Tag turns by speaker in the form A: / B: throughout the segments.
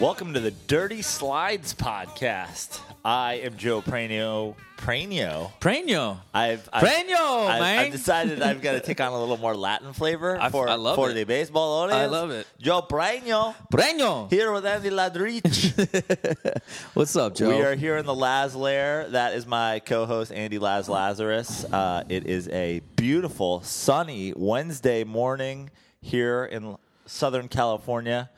A: Welcome to the Dirty Slides podcast. I am Joe Pranio. Pranio.
B: Pranyo.
A: I've, I've
B: Pranyo,
A: I've,
B: man.
A: I've decided I've got to take on a little more Latin flavor
B: I-
A: for
B: I love
A: for
B: it.
A: the baseball audience.
B: I love it.
A: Joe Pranio
B: Pranyo.
A: here with Andy Ladrich.
B: What's up, Joe?
A: we are here in the Laz Lair. That is my co-host Andy Laz Lazarus. Uh, it is a beautiful, sunny Wednesday morning here in Southern California.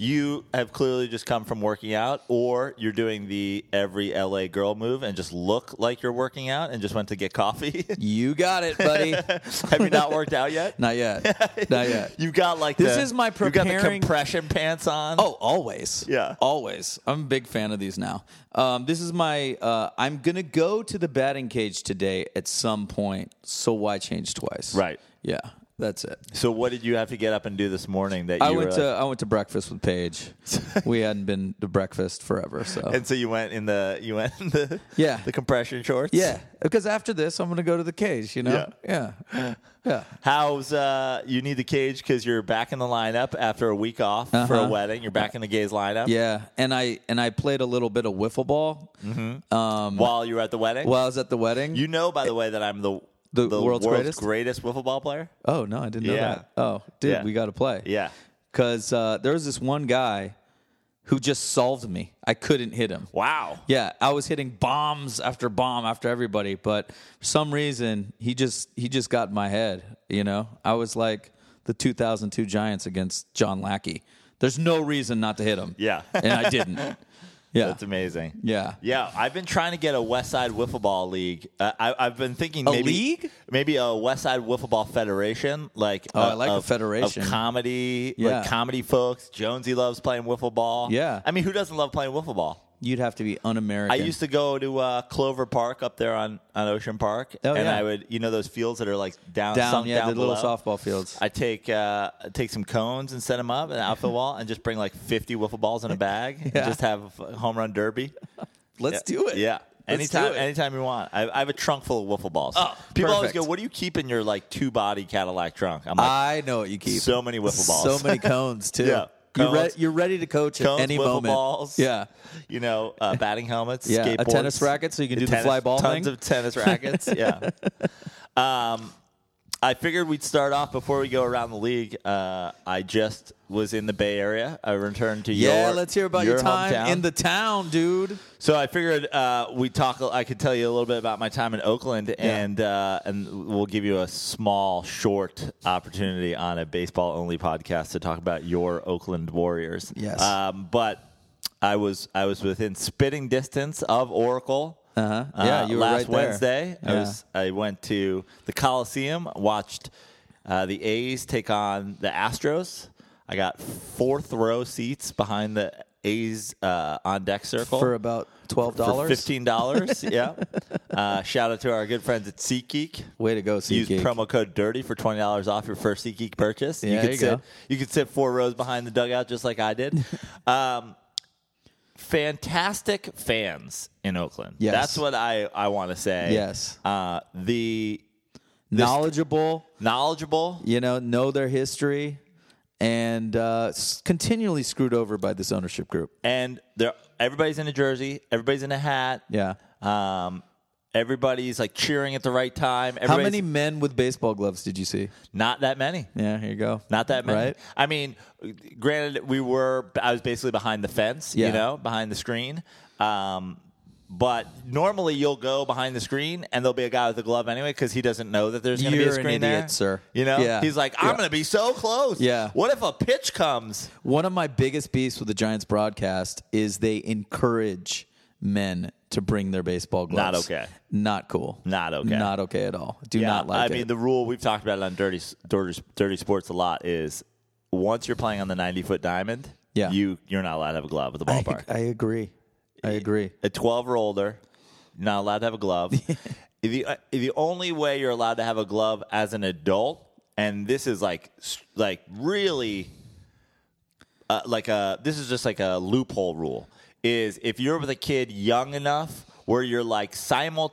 A: You have clearly just come from working out, or you're doing the every LA girl move and just look like you're working out and just went to get coffee.
B: you got it, buddy.
A: have you not worked out yet?
B: Not yet. Not yet.
A: You've got like
B: This
A: the-
B: is my
A: You've got the
B: preparing-
A: compression pants on.
B: Oh, always.
A: Yeah.
B: Always. I'm a big fan of these now. Um, this is my. Uh, I'm gonna go to the batting cage today at some point. So why change twice?
A: Right.
B: Yeah. That's it.
A: so what did you have to get up and do this morning? That you
B: I went
A: were
B: to
A: like-
B: I went to breakfast with Paige. we hadn't been to breakfast forever, so
A: And so you went in the you went in the
B: Oh. Yeah.
A: the compression shorts.
B: yeah. Because after this, I'm gonna go to the cage. You know. Yeah. Yeah.
A: How's uh you need the cage because you're back in the lineup after a week off for a
B: Uh-huh.
A: wedding. You're back in the gays lineup.
B: Yeah, and I and I played a little bit of wiffle ball
A: While you were at the wedding.
B: while I was at the wedding.
A: Mm-hmm. you know, by the way, that I'm the
B: The world's greatest?
A: wiffle ball player.
B: oh no, I didn't know
A: Yeah.
B: that. Oh, dude,
A: Yeah.
B: we got to play.
A: Yeah.
B: because uh, there was this one guy who just solved me. I couldn't hit him.
A: Wow.
B: Yeah, I was hitting bombs after bomb after everybody, but for some reason he just he just got in my head. You know, I was like the 2002 Giants against John Lackey. There's no reason not to hit him.
A: Yeah.
B: and I didn't. Yeah,
A: That's amazing.
B: yeah,
A: Yeah, I've been trying to get a West Side Wiffle Ball League. Uh, I, I've been thinking
B: A
A: maybe
B: league?
A: maybe a West Side Wiffle Ball Federation, like
B: Oh,
A: uh,
B: I like a
A: of,
B: federation.
A: of comedy,
B: Yeah.
A: like comedy folks. Jonesy loves playing wiffle ball.
B: Yeah.
A: I mean, who doesn't love playing wiffle ball?
B: You'd have to be un-American.
A: I used to go to uh, Clover Park up there on, on Ocean Park,
B: Oh,
A: and
B: yeah.
A: I would you know those fields that are like down
B: down,
A: sunk
B: yeah,
A: down
B: the little
A: below?
B: softball fields.
A: I take uh, I'd take some cones and set them up in the outfield wall, and just bring like fifty wiffle balls in a bag, and
B: Yeah.
A: just have a home run derby.
B: Let's
A: Yeah.
B: do it.
A: Yeah.
B: Let's
A: anytime,
B: do it.
A: anytime you want. I, I have a trunk full of wiffle balls.
B: Oh,
A: People always
B: perfect.
A: go, "What do you keep in your like two body Cadillac trunk?" I'm like,
B: I know what you keep.
A: so many wiffle balls.
B: Uh, So many cones too.
A: Yeah.
B: You're, re-
A: Cones.
B: you're ready to coach
A: Cones,
B: at any
A: wiffle
B: moment.
A: balls.
B: Yeah.
A: you know, uh, batting helmets,
B: Yeah, a
A: skateboards,
B: tennis racket so you can do the
A: tennis-
B: fly ball
A: tons
B: thing?
A: of tennis rackets. yeah. Um, I figured we'd start off before we go around the league. Uh, I just was in the Bay Area. I returned to
B: Yeah,
A: your-
B: let's hear about your, time
A: hometown.
B: in the town, dude.
A: So I figured uh, we talk. I could tell you a little bit about my time in Oakland, and uh, and we'll give you a small, short opportunity on a baseball only podcast to talk about your Oakland Warriors.
B: Yes.
A: um, but I was I was within spitting distance of Oracle. uh,
B: Uh-huh. Yeah, you were
A: last
B: right there.
A: Wednesday. I
B: Yeah.
A: was I went to the Coliseum, watched uh, the A's take on the Astros. I got fourth row seats behind the A's uh, on deck circle
B: For about twelve
A: for
B: dollars.
A: fifteen dollars. yeah. Uh, shout out to our good friends at SeatGeek.
B: Way to go,
A: Use
B: SeatGeek.
A: promo code Dirty for twenty dollars off your first SeatGeek purchase.
B: Yeah,
A: could
B: there you
A: sit.
B: go.
A: You could sit four rows behind the dugout just like I did. um, fantastic fans in Oakland.
B: Yes.
A: that's what I I want to say.
B: Yes.
A: Uh, the
B: Knowledgeable,
A: knowledgeable.
B: you know, know their history and uh, s- continually screwed over by this ownership group.
A: and they're everybody's in a jersey, everybody's in a hat.
B: Yeah.
A: Um, everybody's like cheering at the right time.
B: How
A: Everybody's,
B: many men with baseball gloves did you see?
A: Not that many.
B: Yeah, here you go.
A: Not that many.
B: Right?
A: I mean, granted, we were. I was basically behind the fence, you
B: Yeah.
A: know, behind the screen. Um, but normally you'll go behind the screen and there'll be a guy with a glove anyway because he doesn't know that there's going to be a
B: You're an
A: screen there,
B: idiot, sir.
A: You know,
B: Yeah.
A: he's like, I'm
B: Yeah.
A: going to be so close.
B: Yeah.
A: What if a pitch comes?
B: One of my biggest beefs with the Giants broadcast is they encourage men to bring their baseball gloves.
A: Not okay.
B: Not cool.
A: Not okay.
B: Not okay at all. Do
A: Yeah,
B: not like
A: I
B: it.
A: mean, the rule we've talked about it on dirty, dirty, dirty sports a lot is once you're playing on the 90 foot diamond,
B: Yeah.
A: you you're not allowed to have a glove at the
B: I,
A: ballpark.
B: I agree. I agree.
A: a 12 or older, not allowed to have a glove. the uh, the only way you're allowed to have a glove as an adult, and this is like s- like really uh, like a this is just like a loophole rule is if you're with a kid young enough where you're like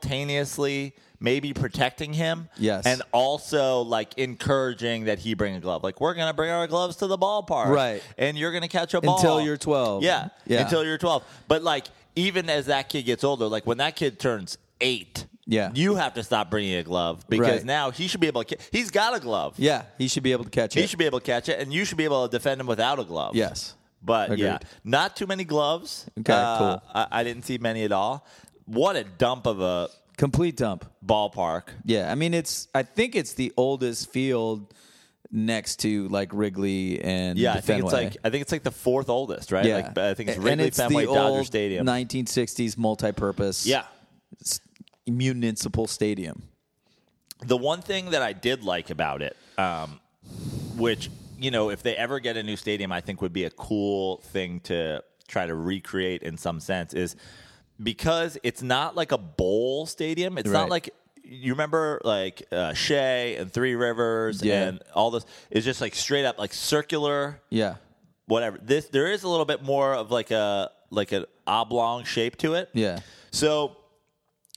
A: simultaneously maybe protecting him
B: Yes.
A: and also like encouraging that he bring a glove like we're gonna bring our gloves to the ballpark
B: Right.
A: and you're gonna catch a ball
B: Until you're 12.
A: yeah,
B: Yeah.
A: until you're 12 but like even as that kid gets older like when that kid turns eight
B: Yeah.
A: you have to stop bringing a glove because
B: Right.
A: now he should be able to ca- he's got a glove
B: Yeah, he should be able to catch
A: he
B: it.
A: should be able to catch it and you should be able to defend him without a glove
B: yes.
A: but yeah,
B: Agreed.
A: not too many gloves.
B: Okay,
A: Uh,
B: cool.
A: I, I didn't see many at all. What a dump of a
B: Complete dump.
A: ballpark.
B: Yeah, I mean it's I think it's the oldest field next to like Wrigley and
A: Yeah, I think it's
B: Fenway.
A: like I think it's like the fourth oldest, right?
B: yeah.
A: Like, I think it's
B: A-
A: Wrigley
B: and it's
A: Fenway
B: the
A: Dodger
B: old
A: Stadium.
B: 1960s multi-purpose
A: yeah.
B: s- municipal stadium.
A: The one thing that I did like about it, um, which you know, if they ever get a new stadium, I think would be a cool thing to try to recreate in some sense, is because it's not like a bowl stadium. It's not
B: Right.
A: like you remember like uh, Shea and Three Rivers
B: Yeah.
A: and all this. It's just like straight up like circular
B: Yeah.
A: whatever. This there is a little bit more of like a like an oblong shape to it.
B: Yeah.
A: So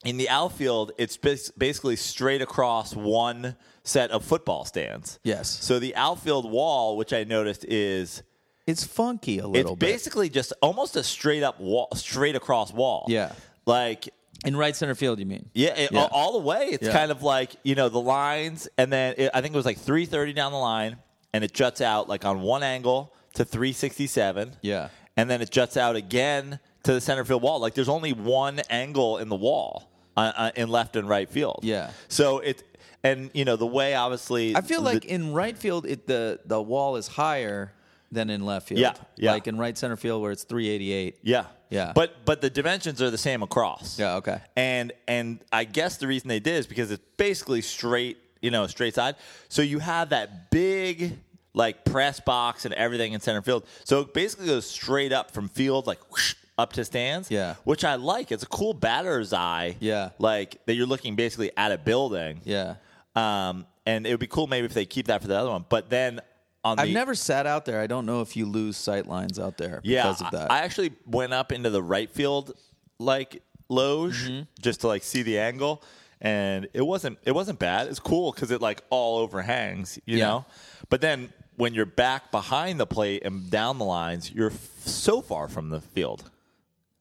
A: in the outfield, it's bas- basically straight across one set of football stands.
B: Yes.
A: So the outfield wall, which I noticed, is
B: It's funky a
A: it's
B: little bit.
A: basically just almost a straight up wall, straight across wall.
B: Yeah.
A: Like
B: In right center field, you mean?
A: yeah, it,
B: Yeah.
A: All, all the way. It's
B: Yeah.
A: kind of like you know the lines, and then it, I think it was like three thirty down the line, and it juts out like on one angle to three sixty seven.
B: Yeah.
A: and then it juts out again to the center field wall. Like there's only one angle in the wall uh, uh, in left and right field.
B: Yeah.
A: So it and you know the way obviously
B: I feel
A: the-
B: like in right field, it, the the wall is higher than in left field.
A: Yeah, yeah.
B: Like in right center field, where it's 388.
A: yeah
B: Yeah.
A: but but the dimensions are the same across.
B: Yeah, okay.
A: and and I guess the reason they did is because it's basically straight, you know, straight side. So you have that big like press box and everything in center field. So it basically goes straight up from field, like whoosh, up to stands.
B: Yeah.
A: which I like. It's a cool batter's eye.
B: Yeah.
A: like that you're looking basically at a building.
B: Yeah.
A: Um, and it would be cool maybe if they keep that for the other one. But then on the
B: I've never sat out there. I don't know if you lose sight lines out there
A: yeah,
B: because of that.
A: I I actually went up into the right field like loge
B: Mm-hmm.
A: just to like see the angle, and it wasn't it wasn't bad. It's cool because it like all overhangs, you
B: Yeah.
A: know. But then when you're back behind the plate and down the lines, you're f- so far from the field.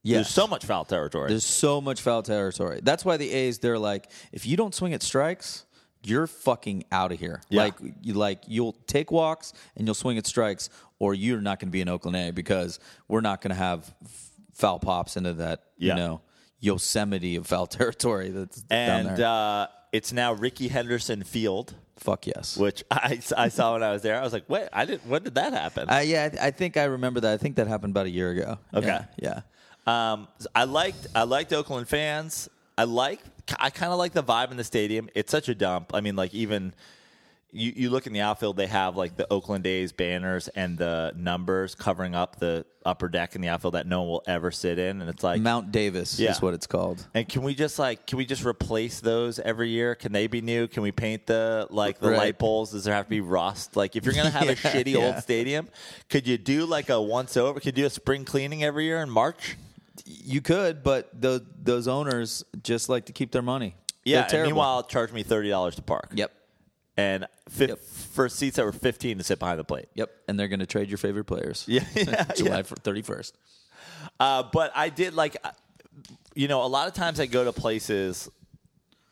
B: yeah.
A: There's so much foul territory.
B: There's so much foul territory. That's why the A's they're like, if you don't swing at strikes, you're fucking out of here.
A: Yeah.
B: Like you like you'll take walks and you'll swing at strikes, or you're not going to be an Oakland A because we're not going to have f- foul pops into that
A: Yeah.
B: you know Yosemite of foul territory that's down
A: and
B: there.
A: uh, it's now Ricky Henderson Field,
B: Fuck yes.
A: which I, I saw when I was there. I was like, wait, I didn't. When did that happen?
B: Uh, yeah, I, th- I think I remember that. I think that happened about a year ago.
A: Okay.
B: Yeah. yeah.
A: Um, I liked I liked Oakland fans. I like I kind of like the vibe in the stadium. It's such a dump. I mean, like even you, you look in the outfield, they have like the Oakland A's banners and the numbers covering up the upper deck in the outfield that no one will ever sit in, and it's like.
B: Mount Davis
A: Yeah.
B: is what it's called.
A: and can we just like can we just replace those every year? Can they be new? Can we paint the like the
B: Right.
A: light poles? Does there have to be rust? Like if you're gonna have a
B: Yeah,
A: shitty
B: yeah.
A: old stadium, could you do like a once over? Could you do a spring cleaning every year in March?
B: You could, but tho- those owners just like to keep their money.
A: Yeah.
B: They're
A: and
B: terrible.
A: meanwhile, charge me thirty dollars to park.
B: Yep.
A: And fi-
B: Yep.
A: for seats that were fifteen to sit behind the plate.
B: Yep, and they're going to trade your favorite players.
A: Yeah, yeah,
B: July
A: yeah.
B: thirty first.
A: Uh, but I did like, uh, you know, a lot of times I go to places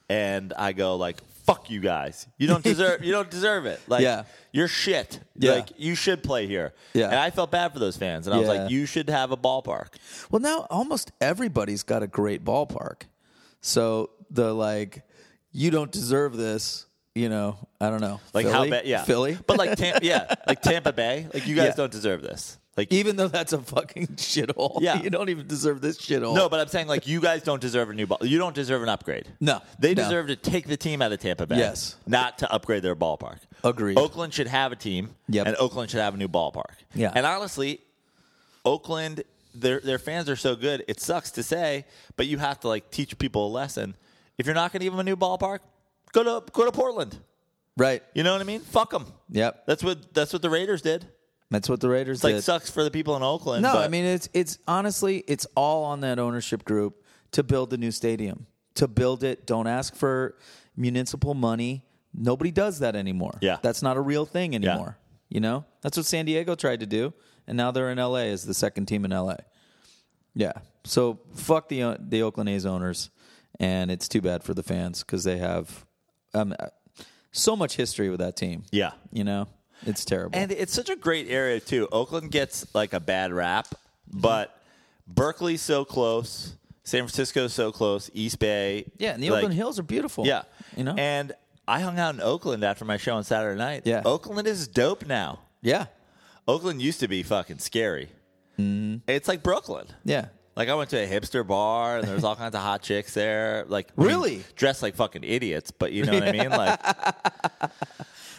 A: and I go like, "Fuck you guys! You don't deserve. you don't deserve it. Like,
B: Yeah.
A: you're shit.
B: Yeah.
A: Like, you should play here."
B: Yeah.
A: And I felt bad for those fans, and I was
B: Yeah.
A: like, "You should have a ballpark."
B: Well, now almost everybody's got a great ballpark, so the like, you don't deserve this. You know, I don't know,
A: Like
B: Philly?
A: how bad? Yeah,
B: Philly.
A: But like, Tam- yeah, like Tampa Bay. Like you guys
B: Yeah.
A: don't deserve this. Like
B: even though that's a fucking shithole,
A: Yeah.
B: you don't even deserve this shithole.
A: No, but I'm saying like you guys don't deserve a new ball. You don't deserve an upgrade.
B: No,
A: they
B: no.
A: deserve to take the team out of Tampa Bay.
B: Yes.
A: not to upgrade their ballpark.
B: Agreed.
A: Oakland should have a team.
B: Yep.
A: and Oakland should have a new ballpark.
B: Yeah.
A: and honestly, Oakland, their their fans are so good. It sucks to say, but you have to like teach people a lesson. If you're not going to give them a new ballpark, go to go to Portland.
B: Right.
A: You know what I mean? Fuck them.
B: Yep.
A: That's what that's what the Raiders did.
B: That's what the Raiders
A: It's like
B: did.
A: sucks for the people in Oakland.
B: No,
A: but
B: I mean it's it's honestly it's all on that ownership group to build the new stadium. To build it, don't ask for municipal money. Nobody does that anymore.
A: Yeah.
B: That's not a real thing anymore. You know? That's what San Diego tried to do, and now they're in LA as the second team in LA. Yeah. So fuck the o- the Oakland A's owners, and it's too bad for the fans because they have um, uh, so much history with that team.
A: yeah.
B: You know, it's terrible.
A: And it's such a great area too. Oakland gets like a bad rap,
B: Mm-hmm.
A: but Berkeley's so close, San Francisco's so close, East Bay.
B: yeah, and the
A: like-
B: Oakland Hills are beautiful.
A: Yeah,
B: You know.
A: And I hung out in Oakland after my show on Saturday night.
B: Yeah.
A: Oakland is dope now.
B: yeah.
A: Oakland used to be fucking scary.
B: Mm-hmm.
A: It's like Brooklyn.
B: Yeah.
A: Like I went to a hipster bar and there's all kinds of hot chicks there. Like
B: Really?
A: dressed like fucking idiots, but you know what I mean. Like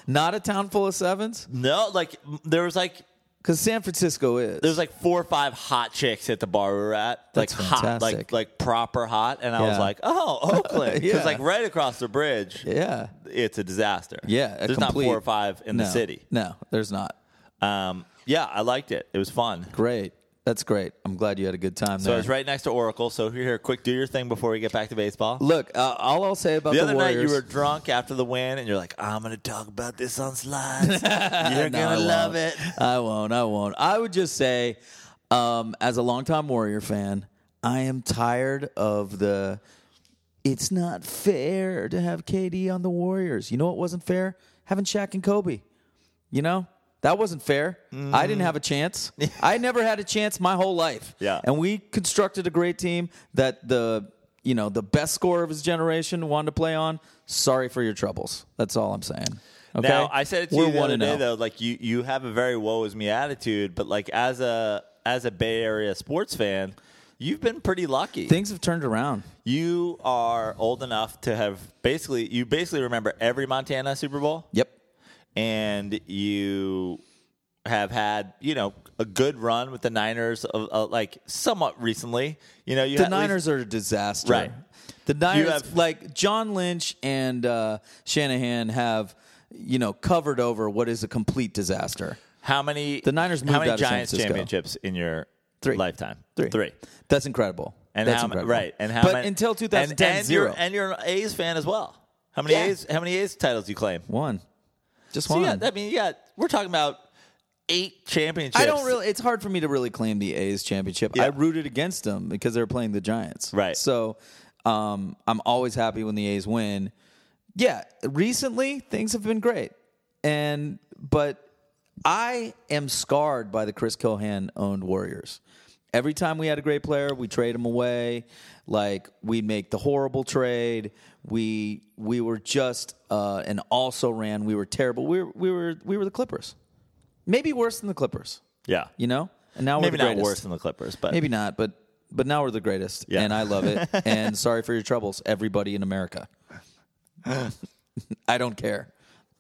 B: Not a town full of sevens?
A: no, like m- there was like
B: Because San Francisco is.
A: there's like four or five hot chicks at the bar we were at.
B: That's
A: like hot,
B: fantastic.
A: like like proper hot. And I was
B: Yeah.
A: like, oh, Oakland, because
B: Yeah.
A: like right across the bridge,
B: yeah.
A: it's a disaster.
B: Yeah. a
A: there's
B: complete-
A: not four or five in the
B: No.
A: city.
B: No, there's not.
A: Um, yeah, I liked it. It was fun.
B: Great. That's great. I'm glad you had a good time
A: So
B: there.
A: I was right next to Oracle. So here, quick, do your thing before we get back to baseball.
B: Look, uh, all I'll say about
A: The
B: the,
A: other night
B: Warriors.
A: you were drunk after the win, and you're like, "I'm gonna talk about this on slides. You're
B: No, I
A: gonna love it."
B: won't. I won't. I won't. I would just say, um, as a longtime Warrior fan, I am tired of the. It's not fair to have KD on the Warriors. You know what wasn't fair? Having Shaq and Kobe. You know that wasn't fair. I didn't have a chance. I never had a chance my whole life.
A: Mm. Yeah.
B: and we constructed a great team that the you know the best scorer of his generation wanted to play on. Sorry for your troubles. That's all I'm saying. Okay.
A: Now I said it to
B: We're
A: you the
B: one
A: other
B: and
A: day
B: oh.
A: though, like you you have a very woe is me attitude, but like as a as a Bay Area sports fan, you've been pretty lucky.
B: Things have turned around.
A: you are old enough to have basically you basically remember every Montana Super Bowl.
B: Yep.
A: and you have had you know a good run with the Niners of uh, like somewhat recently. You know you
B: The
A: at least-
B: Niners are a disaster.
A: Right.
B: The Niners,
A: have-
B: like John Lynch and uh, Shanahan, have you know covered over what is a complete disaster.
A: how many
B: The Niners
A: how
B: moved
A: many
B: out of San
A: Giants
B: Francisco.
A: championships in your
B: Three.
A: lifetime
B: Three.
A: three.
B: That's incredible.
A: And
B: That's
A: how
B: incredible.
A: right and how
B: but
A: many,
B: until
A: and-
B: 2010,
A: and,
B: zero.
A: you're and you're an A's fan as well. How many
B: Yeah.
A: A's how many A's titles you claim?
B: one, just
A: So
B: one.
A: yeah, I mean yeah, we're talking about eight championships.
B: I don't really. It's hard for me to really claim the A's championship.
A: Yeah.
B: I rooted against them because they were playing the Giants.
A: Right.
B: So um, I'm always happy when the A's win. Yeah. Recently, things have been great, and but I am scarred by the Chris Cohan owned Warriors. Every time we had a great player, we trade him away. Like we make the horrible trade. We we were just uh, and also ran. We were terrible. We were, we were we were the Clippers. Maybe worse than the Clippers
A: yeah.
B: you know. And now
A: Maybe
B: we're the
A: not
B: greatest.
A: worse than the Clippers, but
B: Maybe not, but but now we're the greatest,
A: Yeah.
B: and I love it. and sorry for your troubles, everybody in America. I don't care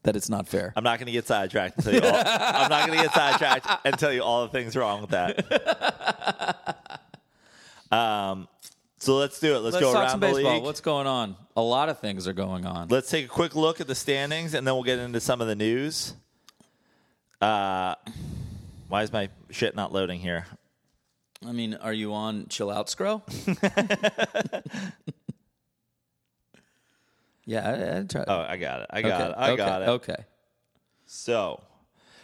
B: that it's not fair.
A: I'm not going to get sidetracked until you all, I'm not going to get sidetracked and tell you all the things wrong with that. um, so let's do it. Let's,
B: Let's
A: go
B: talk
A: around
B: some
A: the
B: baseball.
A: league.
B: What's going on? A lot of things are going on.
A: let's take a quick look at the standings and then we'll get into some of the news. Uh, why is my shit not loading here?
B: I mean, are you on chill out scroll? yeah, I, I try.
A: Oh, I got it. I got
B: okay,
A: it. I
B: okay,
A: got it.
B: Okay.
A: So,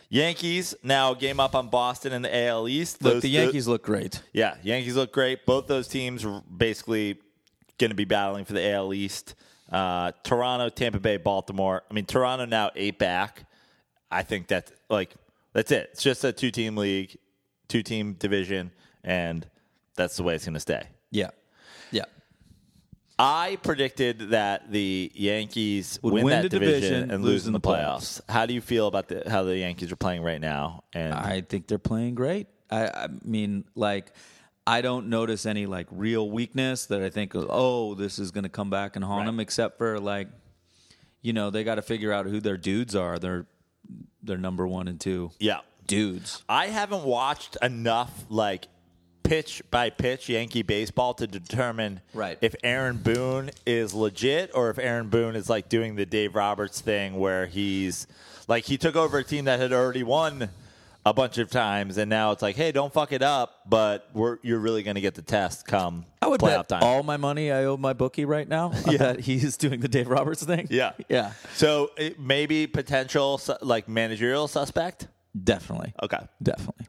A: Yankees now a game up on Boston in the AL East.
B: Look,
A: Those-
B: the Yankees look great.
A: Yeah, Yankees look great. Both those teams are basically going to be battling for the AL East. Uh, Toronto, Tampa Bay, Baltimore. I mean, Toronto now eight back. I think that's like that's it. It's just a two team league, two team division, and that's the way it's going to stay.
B: Yeah. Yeah.
A: I predicted that the Yankees would win,
B: win
A: that
B: the
A: division,
B: division,
A: and
B: lose
A: lose in the playoffs. How do you feel about the, how the Yankees are playing right now? And
B: I think they're playing great. I, I mean, like, I don't notice any like real weakness that I think, oh, this is going to come back and haunt them, except for like, you know, they got to figure out who their dudes are. They're their number one and two
A: yeah,
B: dudes.
A: I haven't watched enough like pitch by pitch Yankee baseball to determine
B: Right.
A: if Aaron Boone is legit or if Aaron Boone is like doing the Dave Roberts thing where he's like he took over a team that had already won a bunch of times and now it's like, hey, don't fuck it up, but we're, you're really going to get the test come
B: I would
A: playoff
B: bet
A: time.
B: all my money I owe my bookie right now that he's doing the Dave Roberts thing.
A: yeah,
B: yeah,
A: So it, maybe potential su- like managerial suspect.
B: definitely,
A: Okay.
B: definitely.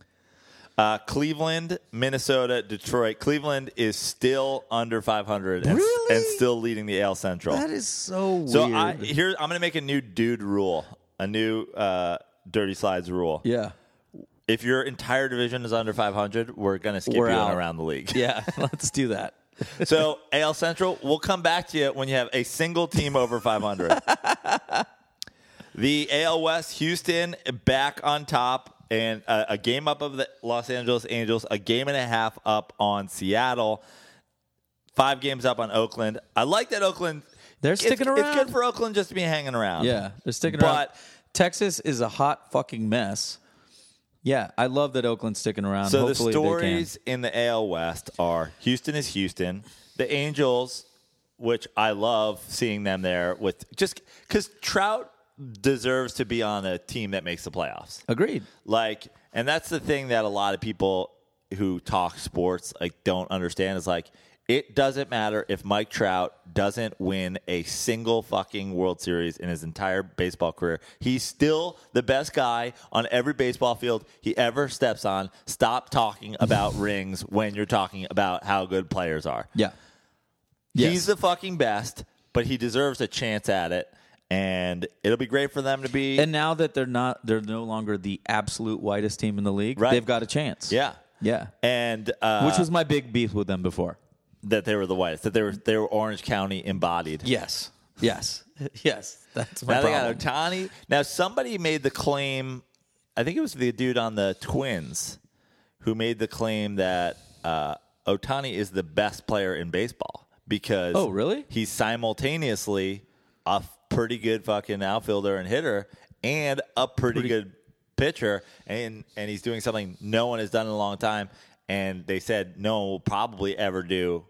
A: Uh, Cleveland, Minnesota, Detroit. Cleveland is still under 500 and,
B: Really?
A: and still leading the AL Central.
B: That is so,
A: so
B: weird.
A: I, here I'm going to make a new dude rule, a new uh, dirty slides rule.
B: yeah,
A: If your entire division is under 500, we're going to skip
B: We're
A: you
B: out.
A: and around the league.
B: yeah. Let's do that.
A: so AL Central, we'll come back to you when you have a single team over 500. the AL West, Houston back on top, and a, a game up of the Los Angeles Angels, a game and a half up on Seattle, five games up on Oakland. I like that Oakland.
B: They're
A: it's-
B: sticking
A: It's
B: around.
A: good for Oakland just to be hanging around.
B: Yeah, they're sticking around.
A: But-
B: Texas is a hot fucking mess. Yeah, I love that Oakland's sticking around.
A: So
B: Hopefully
A: the
B: they can.
A: stories in the AL West are Houston is Houston, the Angels, which I love seeing them there with just because Trout deserves to be on a team that makes the playoffs.
B: Agreed.
A: Like, and that's the thing that a lot of people who talk sports like don't understand is like it doesn't matter if Mike Trout doesn't win a single fucking World Series in his entire baseball career. He's still the best guy on every baseball field he ever steps on. Stop talking about rings when you're talking about how good players are.
B: Yeah. Yes.
A: He's the fucking best, but he deserves a chance at it. And it'll be great for them to be
B: and now that they're not, they're no longer the absolute whitest team in the league.
A: Right.
B: They've got a chance.
A: Yeah.
B: Yeah.
A: And uh,
B: Which was my big beef with them before.
A: that they were the whitest, that they were they were Orange County embodied.
B: Yes. Yes. yes. That's my
A: now
B: problem.
A: they got Otani. Now somebody made the claim. I think it was the dude on the Twins who made the claim that uh, Otani is the best player in baseball because
B: Oh, really?
A: he's simultaneously a f- pretty good fucking outfielder and hitter and a pretty, good pitcher and and he's doing something no one has done in a long time and they said no one will probably ever do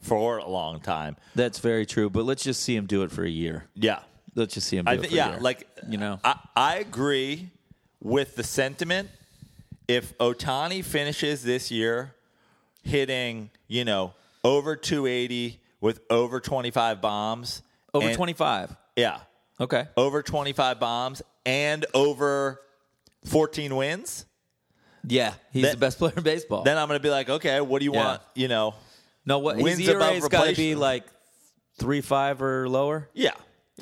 A: for a long time.
B: That's very true. But let's just see him do it for a year.
A: Yeah.
B: Let's just see him. Do
A: I
B: it
A: think
B: for a
A: yeah,
B: year.
A: like
B: you know.
A: I, I agree with the sentiment. If Otani finishes this year hitting, you know, over 280 with over 25 bombs,
B: over
A: and-
B: twenty five.
A: yeah,
B: Okay.
A: over 25 bombs and over 14 wins,
B: Yeah, he's
A: That-
B: the best player in baseball.
A: then I'm going to be like, okay, what do you
B: Yeah.
A: want? You know,
B: no, what
A: wins
B: his E ERA's
A: above
B: got to be
A: replacement.
B: like three five or lower.
A: yeah,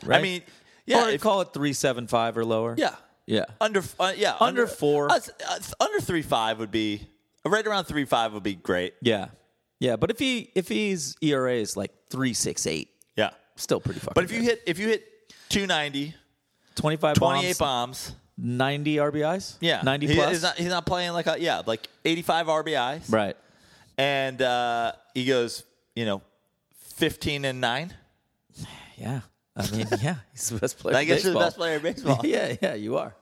A: I
B: Right?
A: mean, yeah,
B: or
A: if-
B: call it three seven five or lower.
A: yeah.
B: yeah.
A: Under uh, yeah,
B: Under four.
A: uh, s- uh, s- under three five would be right around three five would be great.
B: Yeah, yeah. But if he if he's ERA is like three six eight,
A: Yeah,
B: still pretty fucking.
A: but if you hit if you hit 290,
B: 25
A: 28 bombs,
B: bombs, ninety RBIs,
A: yeah,
B: ninety
A: He-
B: plus,
A: he's not, he's not playing like a yeah like eighty five RBIs,
B: right?
A: and uh, he goes you know fifteen and nine.
B: Yeah, I mean, yeah, he's the best player.
A: I guess
B: in
A: you're the
B: baseball.
A: best player in baseball.
B: yeah, yeah, you are.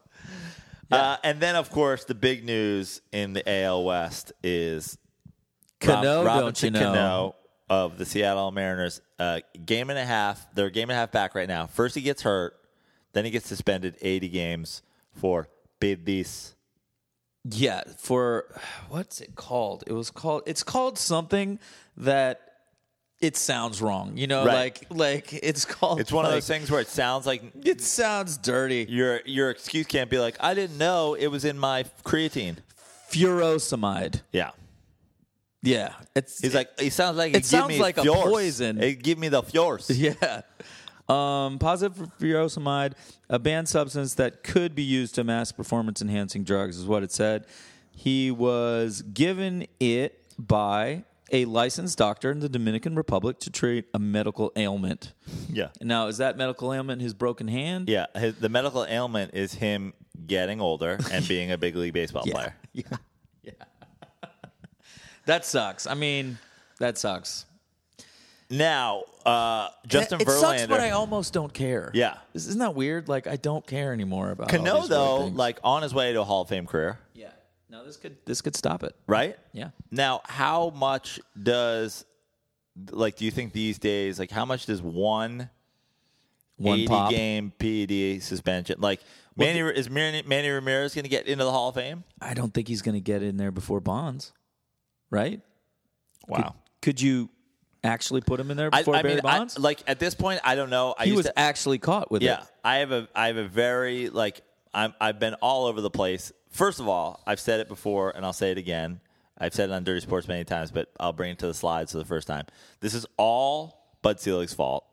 A: uh, and then of course the big news in the AL West is Rob-
B: Cano, don't you
A: Robinson
B: know?
A: Cano of the Seattle Mariners. Uh, game and a half. They're a game and a half back right now. First he gets hurt, then he gets suspended 80 games for bidis.
B: Yeah, for what's it called? It was called it's called something that it sounds wrong. You know,
A: Right.
B: like like it's called
A: It's one of
B: like,
A: those things where it sounds like
B: It sounds dirty.
A: your your excuse can't be like I didn't know it was in my creatine.
B: Furosemide.
A: Yeah.
B: Yeah. It's
A: He's like, he sounds like
B: It sounds like a poison.
A: It give me the fjords.
B: Yeah. Um, positive for furosemide, a banned substance that could be used to mask performance enhancing drugs, is what it said. He was given it by a licensed doctor in the Dominican Republic to treat a medical ailment.
A: Yeah,
B: Now, is that medical ailment his broken hand?
A: yeah. His, the medical ailment is him getting older and being a big league baseball player.
B: Yeah. yeah. that sucks. I mean, that sucks.
A: Now, uh, Justin
B: it
A: Verlander.
B: sucks, but I almost don't care.
A: Yeah.
B: Isn't that weird? Like, I don't care anymore about all
A: Cano
B: these weird
A: though,
B: things.
A: like on his way to a Hall of Fame career,
B: yeah. Now this could this could stop it.
A: right?
B: Yeah.
A: Now, how much does like do you think these days like how much does one
B: One
A: 80
B: pop.
A: game PED suspension like Manny is Manny, Manny Ramirez going to get into the Hall of Fame?
B: I don't think he's going to get in there before Bonds, right?
A: Wow.
B: Could you actually put him in there
A: I,
B: before
A: I
B: Barry
A: mean, I,
B: Bonds?
A: like at this point, I don't know. I
B: he
A: used
B: was
A: to-
B: actually caught with
A: Yeah,
B: it.
A: I have a I have a very like I'm I've been all over the place. First of all, I've said it before and I'll say it again. I've said it on Dirty Sports many times, but I'll bring it to the slides for the first time. This is all Bud Selig's fault,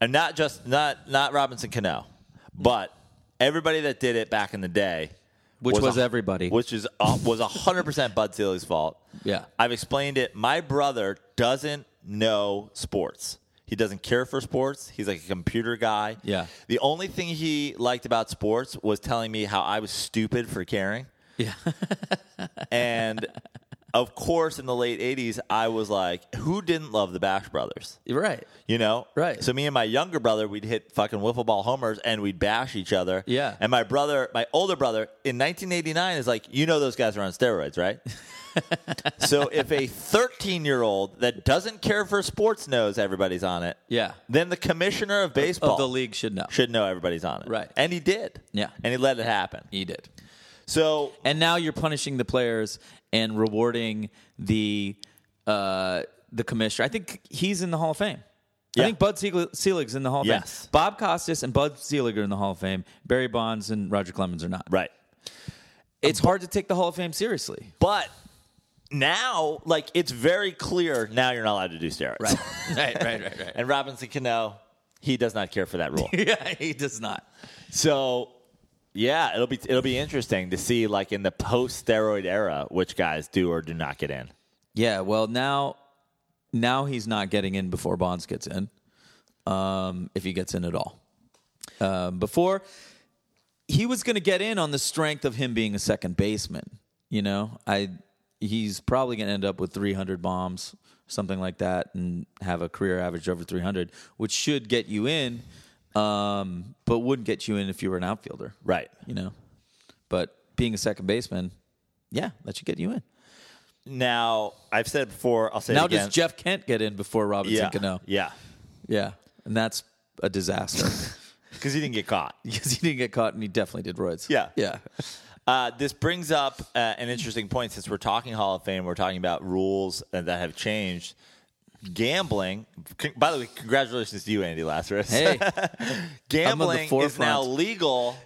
A: and not just not not Robinson Cano, but everybody that did it back in the day,
B: Which was
A: a-
B: everybody.
A: which is uh, was hundred percent Bud Selig's fault.
B: Yeah.
A: I've explained it. My brother doesn't know sports. He doesn't care for sports. He's like a computer guy.
B: Yeah.
A: The only thing he liked about sports was telling me how I was stupid for caring.
B: Yeah.
A: And of course, in the late 80s, I was like, who didn't love the Bash Brothers?
B: You're right.
A: You know?
B: Right.
A: So me and my younger brother, we'd hit fucking wiffle ball homers and we'd bash each other.
B: Yeah.
A: And my brother, my older brother, in 1989 is like, you know those guys are on steroids, right? so if a 13 year old that doesn't care for sports knows everybody's on it,
B: Yeah.
A: then the commissioner of baseball
B: Of the league should know.
A: should know everybody's on it.
B: Right.
A: And he did.
B: Yeah.
A: And he let it happen.
B: He did.
A: So
B: And now you're punishing the players and rewarding the uh, the commissioner. I think he's in the Hall of Fame.
A: Yeah.
B: I think Bud Selig- Selig's in the Hall of
A: Yes.
B: Fame. Bob Costas and Bud Selig are in the Hall of Fame. Barry Bonds and Roger Clemens are not.
A: Right.
B: It's hard to take the Hall of Fame seriously.
A: But now, like, it's very clear now you're not allowed to do steroids.
B: right, right, right, right.
A: And Robinson Cano, he does not care for that rule.
B: yeah, he does not.
A: so yeah, it'll be it'll be interesting to see like in the post steroid era which guys do or do not get in.
B: Yeah, well now now he's not getting in before Bonds gets in. Um, if he gets in at all. Um, before he was gonna get in on the strength of him being a second baseman. You know, I he's probably gonna end up with three hundred bombs, something like that, and have a career average over three hundred, which should get you in, um, but wouldn't get you in if you were an outfielder.
A: Right.
B: You know. But being a second baseman, yeah, that should get you in.
A: Now, I've said it before, I'll say
B: Now
A: it again.
B: does Jeff Kent get in before Robinson
A: yeah,
B: Cano?
A: Yeah.
B: Yeah, and that's a disaster
A: Because he didn't get caught.
B: because he didn't get caught, and he definitely did roids.
A: Yeah.
B: yeah,
A: Uh, this brings up uh, an interesting point since we're talking Hall of Fame, we're talking about rules uh, that have changed. Gambling, c- by the way, congratulations to you, Andy Lazarus.
B: Hey,
A: Gambling is
B: forefront.
A: now legal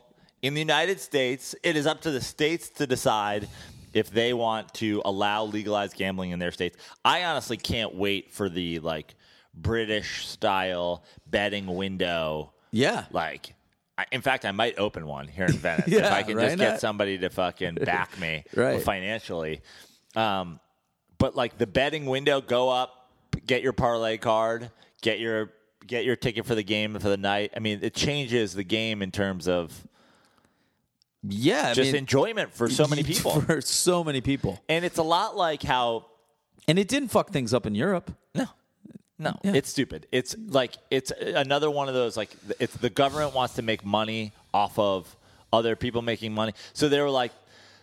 A: in the United States. It is up to the states to decide if they want to allow legalized gambling in their states. I honestly can't wait for the like British style betting window.
B: yeah.
A: Like, I, in fact, I might open one here in Venice if
B: Yeah,
A: I can
B: right?
A: just get
B: Not-
A: somebody to fucking back me
B: Right.
A: financially. Um, but like the betting window, go up, get your parlay card, get your get your ticket for the game for the night. I mean, it changes the game in terms of
B: yeah. I
A: just
B: mean,
A: enjoyment for so many people,
B: for so many people,
A: and it's a lot like how
B: and it didn't fuck things up in Europe.
A: No. No, it's stupid. It's like it's another one of those like it's the government wants to make money off of other people making money. So they were like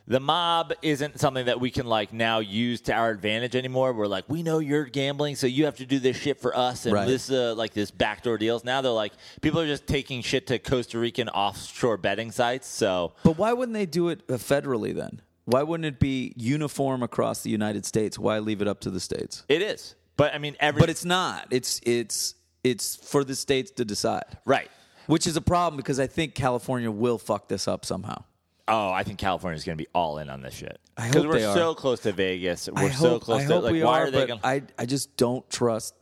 A: the mob isn't something that we can like now use to our advantage anymore. We're like, we know you're gambling, so you have to do this shit for us and
B: Right.
A: this uh, like this backdoor deals. Now they're like people are just taking shit to Costa Rican offshore betting sites. So
B: But why wouldn't they do it uh, federally then? Why wouldn't it be uniform across the United States? Why leave it up to the states?
A: it is. But I mean, every
B: But it's not. It's it's it's for the states to decide,
A: right.
B: which is a problem because I think California will fuck this up somehow.
A: Oh, I think California's going to be all in on this shit.
B: I
A: Because
B: hope
A: we're
B: they are.
A: so close to Vegas. We're
B: I
A: so
B: hope-
A: close
B: I
A: to
B: hope
A: like
B: we
A: why
B: are,
A: are, they
B: but
A: going to
B: I I just don't trust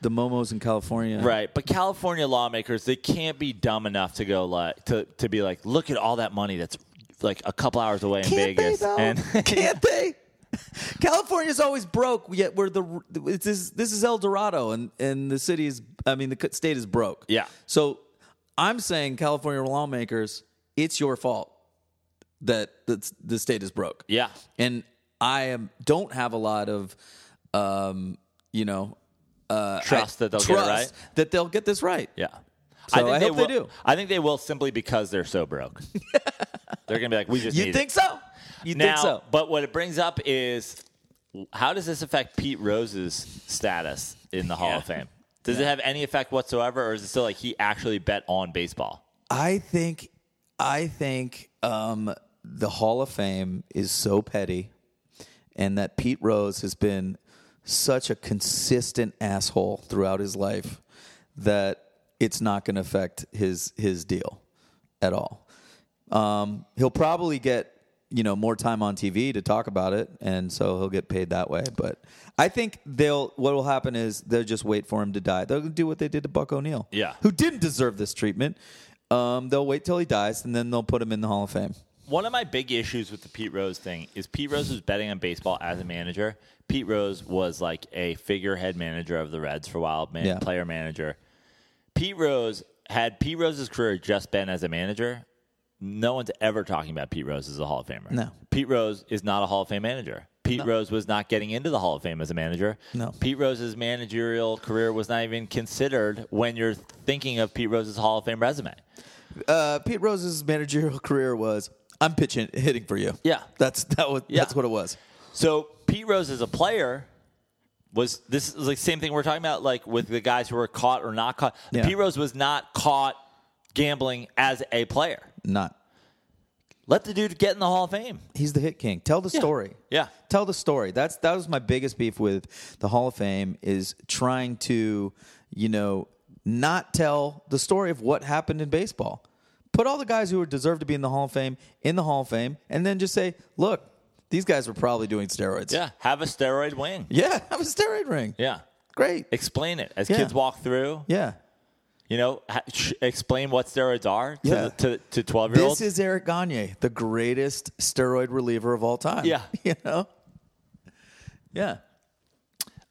B: the momos in California.
A: Right, but California lawmakers they can't be dumb enough to go like to, to be like, look at all that money that's like a couple hours away in
B: Can't
A: Vegas,
B: they though?
A: and
B: Can't they? California's always broke, yet we're the it's this, this is El Dorado, and and the city is I mean the state is broke.
A: Yeah.
B: So I'm saying California lawmakers, it's your fault that the the state is broke.
A: yeah,
B: and I am don't have a lot of, um, you know, uh,
A: Trust that they'll get it
B: trust
A: right?
B: That they'll get this right.
A: yeah.
B: So I hope they
A: will,
B: do.
A: I think they will simply because they're so broke. they're gonna be like, we just
B: You
A: need
B: think so?
A: it.
B: You
A: now,
B: think so?
A: But what it brings up is how does this affect Pete Rose's status in the Hall of Fame? Does it have any effect whatsoever, or is it still like he actually bet on baseball?
B: I think I think um, the Hall of Fame is so petty, and that Pete Rose has been such a consistent asshole throughout his life that it's not going to affect his his deal at all. Um, he'll probably get you know more time on TV to talk about it, and so he'll get paid that way. But I think they'll what will happen is they'll just wait for him to die. They'll do what they did to Buck O'Neill,
A: Yeah.
B: who didn't deserve this treatment. Um, they'll wait till he dies, and then they'll put him in the Hall of Fame.
A: One of my big issues with the Pete Rose thing is Pete Rose was betting on baseball as a manager. Pete Rose was like a figurehead manager of the Reds for a while, man,
B: Yeah.
A: player manager. Pete Rose had Pete Rose's career just been as a manager. No one's ever talking about Pete Rose as a Hall of Famer.
B: No.
A: Pete Rose is not a Hall of Fame manager. Pete Rose was not getting into the Hall of Fame as a manager.
B: No.
A: Pete Rose's managerial career was not even considered when you're thinking of Pete Rose's Hall of Fame resume.
B: Uh, Pete Rose's managerial career was I'm pitching, hitting for you.
A: Yeah.
B: that's that was
A: Yeah.
B: that's what it was.
A: So Pete Rose as a player was this is like same thing we're talking about like with the guys who were caught or not caught.
B: Yeah.
A: Pete Rose was not caught gambling as a player.
B: Not
A: Let the dude get in the Hall of Fame.
B: he's the hit king. Tell the story.
A: Yeah.
B: Tell the story. That's that was my biggest beef with the Hall of Fame is trying to, you know, not tell the story of what happened in baseball. Put all the guys who deserve to be in the Hall of Fame in the Hall of Fame and then just say, "Look, these guys were probably doing steroids."
A: Yeah. Have a steroid wing.
B: Yeah, have a steroid ring.
A: Yeah.
B: Great.
A: Explain it as
B: Yeah.
A: kids walk through.
B: Yeah.
A: You know, ha- sh- explain what steroids are to
B: Yeah.
A: the, to, to twelve year
B: This
A: olds.
B: is Eric Gagne, the greatest steroid reliever of all time.
A: Yeah.
B: You know? Yeah.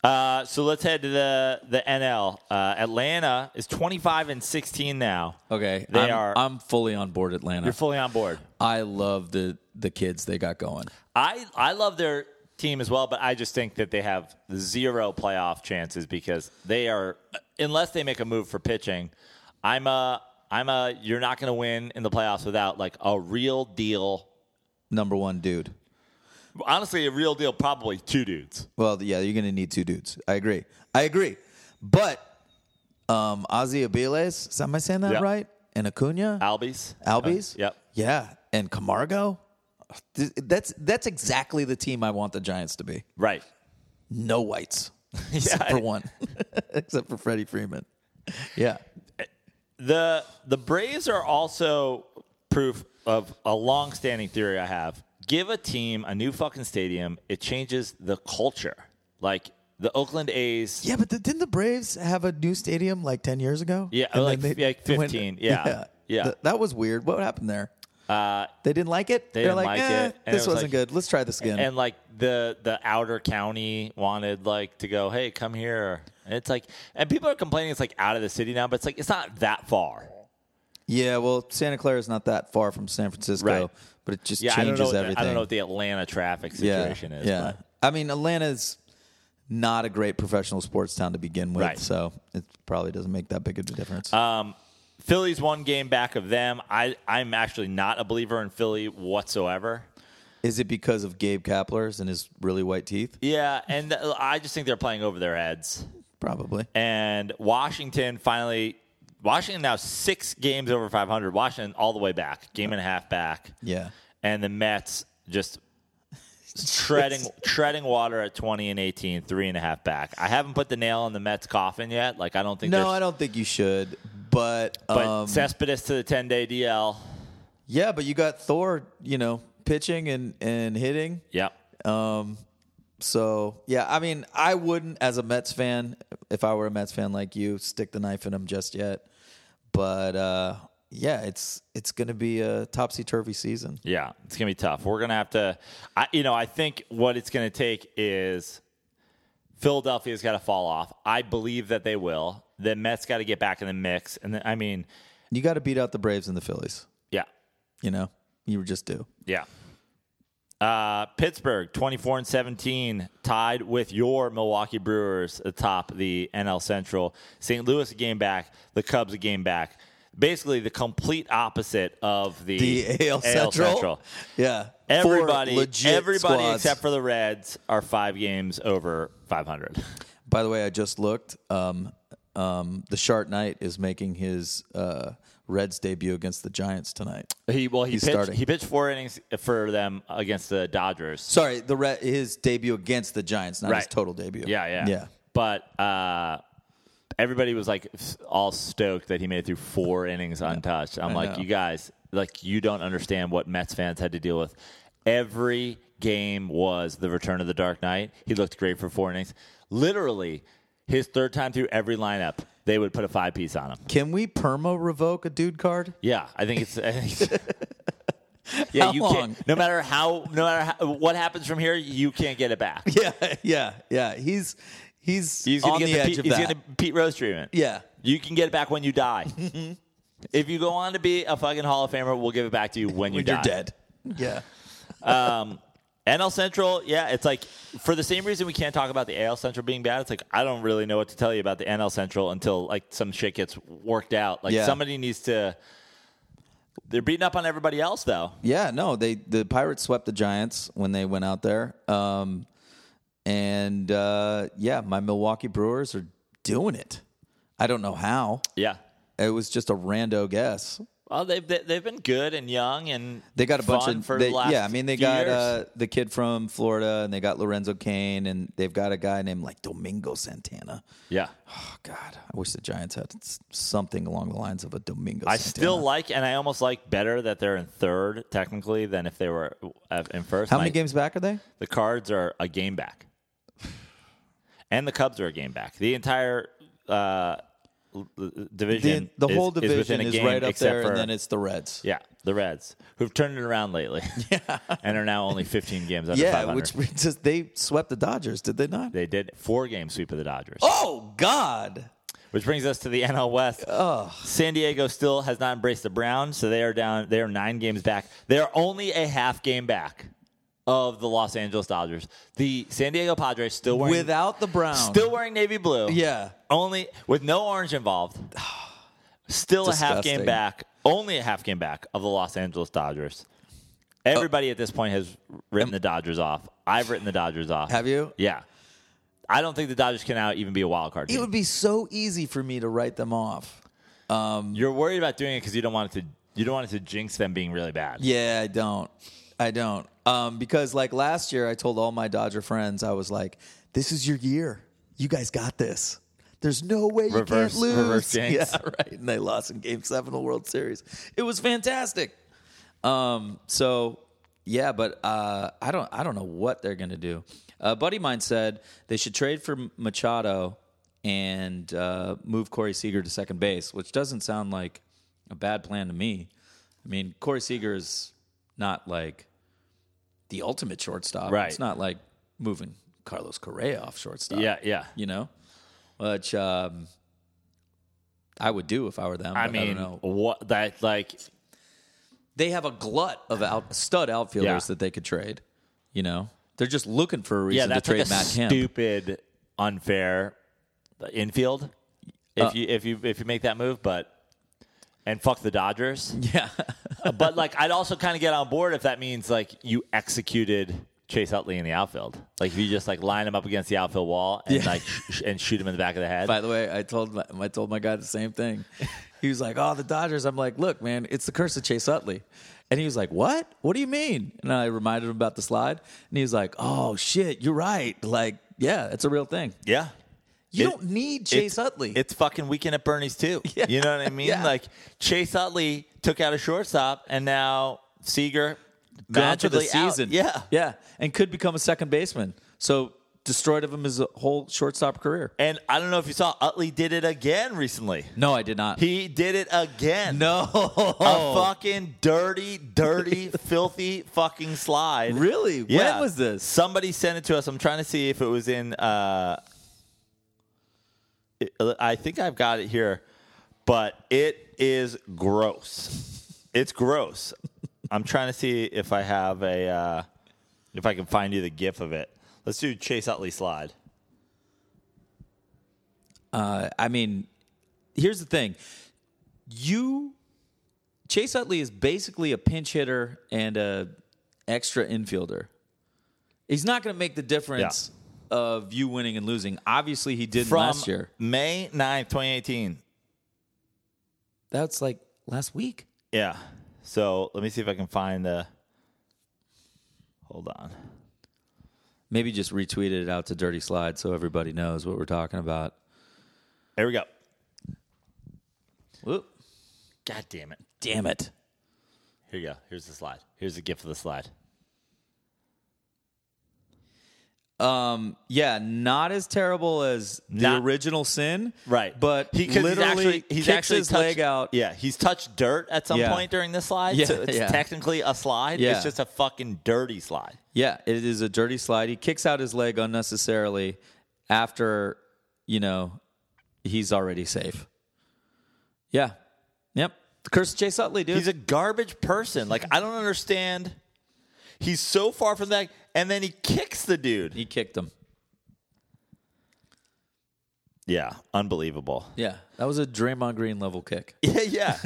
A: Uh, so let's head to the the NL. Uh, Atlanta is twenty five and sixteen now.
B: Okay.
A: They
B: I'm,
A: are-
B: I'm fully on board Atlanta.
A: You're fully on board.
B: I love the the kids they got going.
A: I I love their team as well, but I just think that they have zero playoff chances because they are unless they make a move for pitching. I'm a I'm a you're not going to win in the playoffs without like a real deal.
B: Number one dude.
A: Honestly, a real deal probably two dudes.
B: Well, yeah, you're gonna need two dudes. I agree. I agree. But um Ozzy Abiles, is- am I saying that
A: Yeah.
B: right? And Acuna,
A: Albies.
B: Albies,
A: Uh, yep.
B: yeah, and Camargo. Th- That's that's exactly the team I want the Giants to be.
A: Right.
B: No whites, except
A: Yeah.
B: for one, except for Freddie Freeman. Yeah,
A: The the Braves are also proof of a long-standing theory I have. Give a team a new fucking stadium, it changes the culture. Like the Oakland A's
B: yeah, but the, didn't the Braves have a new stadium like ten years ago?
A: Yeah,
B: And
A: like-
B: then
A: yeah, like
B: went-
A: 15, yeah, yeah.
B: Th- that was weird. What happened there?
A: uh,
B: They didn't like it.
A: They
B: They're
A: didn't like
B: like, eh,
A: it, and
B: this
A: it was
B: wasn't
A: like-
B: good. Let's try this again.
A: and like the the outer county wanted like to go hey come here and it's like and people are complaining it's like out of the city now but it's like it's not that far
B: yeah, well, Santa Clara is not that far from San Francisco,
A: Right.
B: but it just
A: yeah I don't,
B: changes
A: know what the,
B: everything.
A: I don't know what the atlanta traffic situation
B: yeah,
A: is
B: yeah. I mean, Atlanta's not a great professional sports town to begin with,
A: Right.
B: so it probably doesn't make that big of a difference.
A: but um philly's one game back of them i i'm actually not a believer in philly whatsoever
B: is it because of Gabe Kapler's and his really white teeth?
A: yeah and i just think they're playing over their heads
B: Probably.
A: and Washington finally. Washington now six games over 500. Washington all the way back, game and a half back.
B: Yeah.
A: and the Mets just treading treading water at 20 and 18, three and a half back. I haven't put the nail in the Mets coffin yet. Like I don't think.
B: No,
A: there's-
B: I don't think you should. But,
A: But
B: um,
A: Cespedes to the 10 day DL.
B: yeah, but you got Thor, you know, pitching and and hitting.
A: Yep.
B: Um, so yeah, I mean, I wouldn't as a Mets fan, if I were a Mets fan like you, stick the knife in them just yet. But uh, yeah, it's it's gonna be a topsy turvy season.
A: Yeah, it's gonna be tough. We're gonna have to. I, you know, I think what it's gonna take is Philadelphia's got to fall off. I believe that they will. The Mets got to get back in the mix, and then, I mean,
B: You got to beat out the Braves and the Phillies.
A: Yeah.
B: You know, you just do.
A: Yeah. Uh, Pittsburgh, 24 and 17, tied with your Milwaukee Brewers atop the NL Central. St. Louis a game back, the Cubs a game back. basically the complete opposite of the,
B: The AL Central. Yeah. Four
A: Everybody,
B: legit
A: everybody
B: squads.
A: except for the Reds are five games over 500.
B: By the way, I just looked. Um, um, the Sharp Knight is making his uh, Reds debut against the Giants tonight.
A: He well, he
B: He's
A: pitched,
B: starting.
A: he pitched four innings for them against the Dodgers.
B: Sorry, the Re- his debut against the Giants, not his
A: Right.
B: total debut.
A: Yeah, yeah,
B: yeah.
A: But uh, everybody was like s- all stoked that he made it through four innings untouched. I'm like,
B: know.
A: you guys, like you don't understand what Mets fans had to deal with. Every game was the return of the Dark Knight. He looked great for four innings. Literally, his third time through every lineup, they would put a five piece on him.
B: Can we perma revoke a dude card?
A: Yeah, I think it's. I think it's- yeah,
B: How
A: you
B: long?
A: can't. No matter how, no matter how, what happens from here, you can't get it back.
B: Yeah, yeah, yeah. He's he's,
A: He's gonna
B: on
A: get
B: the
A: the
B: edge
A: Pete,
B: of
A: he's
B: that.
A: gonna Pete Rose treatment.
B: Yeah.
A: you can get it back when you die. if you go on to be a fucking Hall of Famer, we'll give it back to you when you
B: when
A: die.
B: you're dead. Yeah.
A: NL Central, yeah, it's like for the same reason we can't talk about the AL Central being bad. It's like I don't really know what to tell you about the NL Central until like some shit gets worked out. Like
B: Yeah.
A: somebody needs to. They're beating up on everybody else though.
B: Yeah, no, they the Pirates swept the Giants when they went out there. Um, and uh, yeah, my Milwaukee Brewers are doing it. I don't know how.
A: Yeah.
B: It was just a rando guess.
A: Well, they've they- they've been good and young and
B: They got a bunch
A: fun
B: of
A: for
B: they,
A: the last
B: yeah. I mean, they
A: few
B: got
A: years.
B: uh, the kid from Florida, and they got Lorenzo Kane, and they've got a guy named like Domingo Santana.
A: yeah.
B: Oh God, I wish the Giants had s- something along the lines of a Domingo.
A: I
B: Santana.
A: still like and I almost like better that they're in third technically than if they were uh, in first.
B: How many
A: Like,
B: games back are they?
A: The Cards are a game back, and the Cubs are a game back. The entire uh, l- l-
B: The,
A: division,
B: the
A: is-
B: whole
A: is within
B: division
A: a
B: is
A: game
B: right up
A: except
B: there,
A: for-
B: and then it's the Reds.
A: yeah, the Reds who've turned it around lately, and are now only 15 games under
B: Yeah,
A: 500.
B: which brings us, they swept the Dodgers, did they not?
A: they did four game sweep of the Dodgers.
B: oh God!
A: Which brings us to the NL West. San Diego still has not embraced the Browns, so they are down. They are nine games back. They are only a half game back of the Los Angeles Dodgers. The San Diego Padres still wearing
B: Without the Browns,
A: still wearing navy blue.
B: yeah.
A: only with no orange involved. Still a half
B: Disgusting.
A: game back. Only a half game back of the Los Angeles Dodgers.
B: Uh,
A: Everybody at this point has written the Dodgers off. I've written the Dodgers off.
B: Have you?
A: Yeah. I don't think the Dodgers can now even be a wild card.
B: It
A: team.
B: would be so easy for me to write them off.
A: You're worried about doing it because you don't want it to. You don't want it to jinx them being really bad.
B: Yeah, I don't. I don't. Um, because like last year, I told all my Dodger friends, I was like, "This is your year. You guys got this. There's no way you can't
A: Reverse-
B: lose."
A: reverse jinx.
B: Yeah, right. And they lost in Game Seven of the World Series. It was fantastic. Um, so yeah, but uh, I don't. I don't know what they're gonna do. A buddy of mine said they should trade for Machado and uh, move Corey Seager to second base, which doesn't sound like a bad plan to me. I mean, Corey Seager is not like the ultimate shortstop.
A: Right.
B: It's not like moving Carlos Correa off shortstop.
A: Yeah, yeah.
B: You know, which um, I would do if I were them.
A: I
B: but I
A: mean,
B: don't know.
A: what that like?
B: They have a glut of out, stud outfielders
A: Yeah.
B: that they could trade. You know, they're just looking for a
A: Yeah,
B: reason to
A: that's
B: trade
A: like a
B: Matt Kemp.
A: stupid, unfair uh, infield. If
B: Uh,
A: you if you if you make that move, but and fuck the Dodgers.
B: Yeah.
A: but like, I'd also kind of get on board if that means like you executed Chase Utley in the outfield. Like if you just like line him up against the outfield wall and like sh- and shoot him in the back of the head.
B: By the way, I told my, I told my guy the same thing. He was like, "Oh, the Dodgers." I'm like, "Look, man, it's the curse of Chase Utley." And he was like, "What? What do you mean?" And I reminded him about the slide, and he was like, "Oh shit, you're right. Like, yeah, it's a real thing.
A: yeah.
B: You
A: It-
B: don't need Chase
A: it's-
B: Utley.
A: It's fucking weekend at Bernie's too. You know what I mean?
B: Yeah.
A: Like Chase Utley took out a shortstop, and now Seager
B: Gone for the
A: magically out.
B: season.
A: Yeah,
B: yeah, and could become a second baseman. So destroyed of him his whole shortstop career.
A: and I don't know if you saw Utley did it again recently.
B: No, I did not.
A: He did it again.
B: no,
A: A fucking dirty, dirty, filthy fucking slide.
B: really?
A: Yeah.
B: When was this?
A: Somebody sent it to us. I'm trying to see if it was in. Uh, it- uh, I think I've got it here, but it is gross. It's gross. I'm trying to see if I have a, uh, if I can find you the gif of it. Let's do Chase Utley slide.
B: I mean, here's the thing. You Chase Utley is basically a pinch hitter and a extra infielder. He's not going to make the difference of you winning and losing. Obviously, he did
A: From
B: last year.
A: May 9th, 2018.
B: That's like last week.
A: Yeah. So let me see if I can find the. Hold on.
B: Maybe just retweeted it out to Dirty Slide so everybody knows what we're talking about.
A: There we go.
B: Whoop.
A: God damn it.
B: Damn it.
A: Here you go. Here's the slide. Here's the gift of the slide.
B: Um, yeah, not as terrible as the
A: Not-
B: original sin,
A: Right.
B: But
A: he 'cause
B: literally
A: he's actually, he's
B: kicks
A: actually
B: his
A: touched,
B: leg out.
A: Yeah, he's touched dirt at some
B: Yeah.
A: point during this slide.
B: Yeah,
A: so it's
B: yeah.
A: technically a slide.
B: Yeah.
A: It's just a fucking dirty slide.
B: Yeah, it is a dirty slide. He kicks out his leg unnecessarily after, you know, he's already safe. Yeah. Yep. The curse of Chase Utley, dude.
A: He's a garbage person. Like I don't understand. He's so far from that, and then he kicks the dude.
B: he kicked him.
A: Yeah, unbelievable.
B: Yeah. That was a Draymond Green level kick.
A: Yeah, yeah.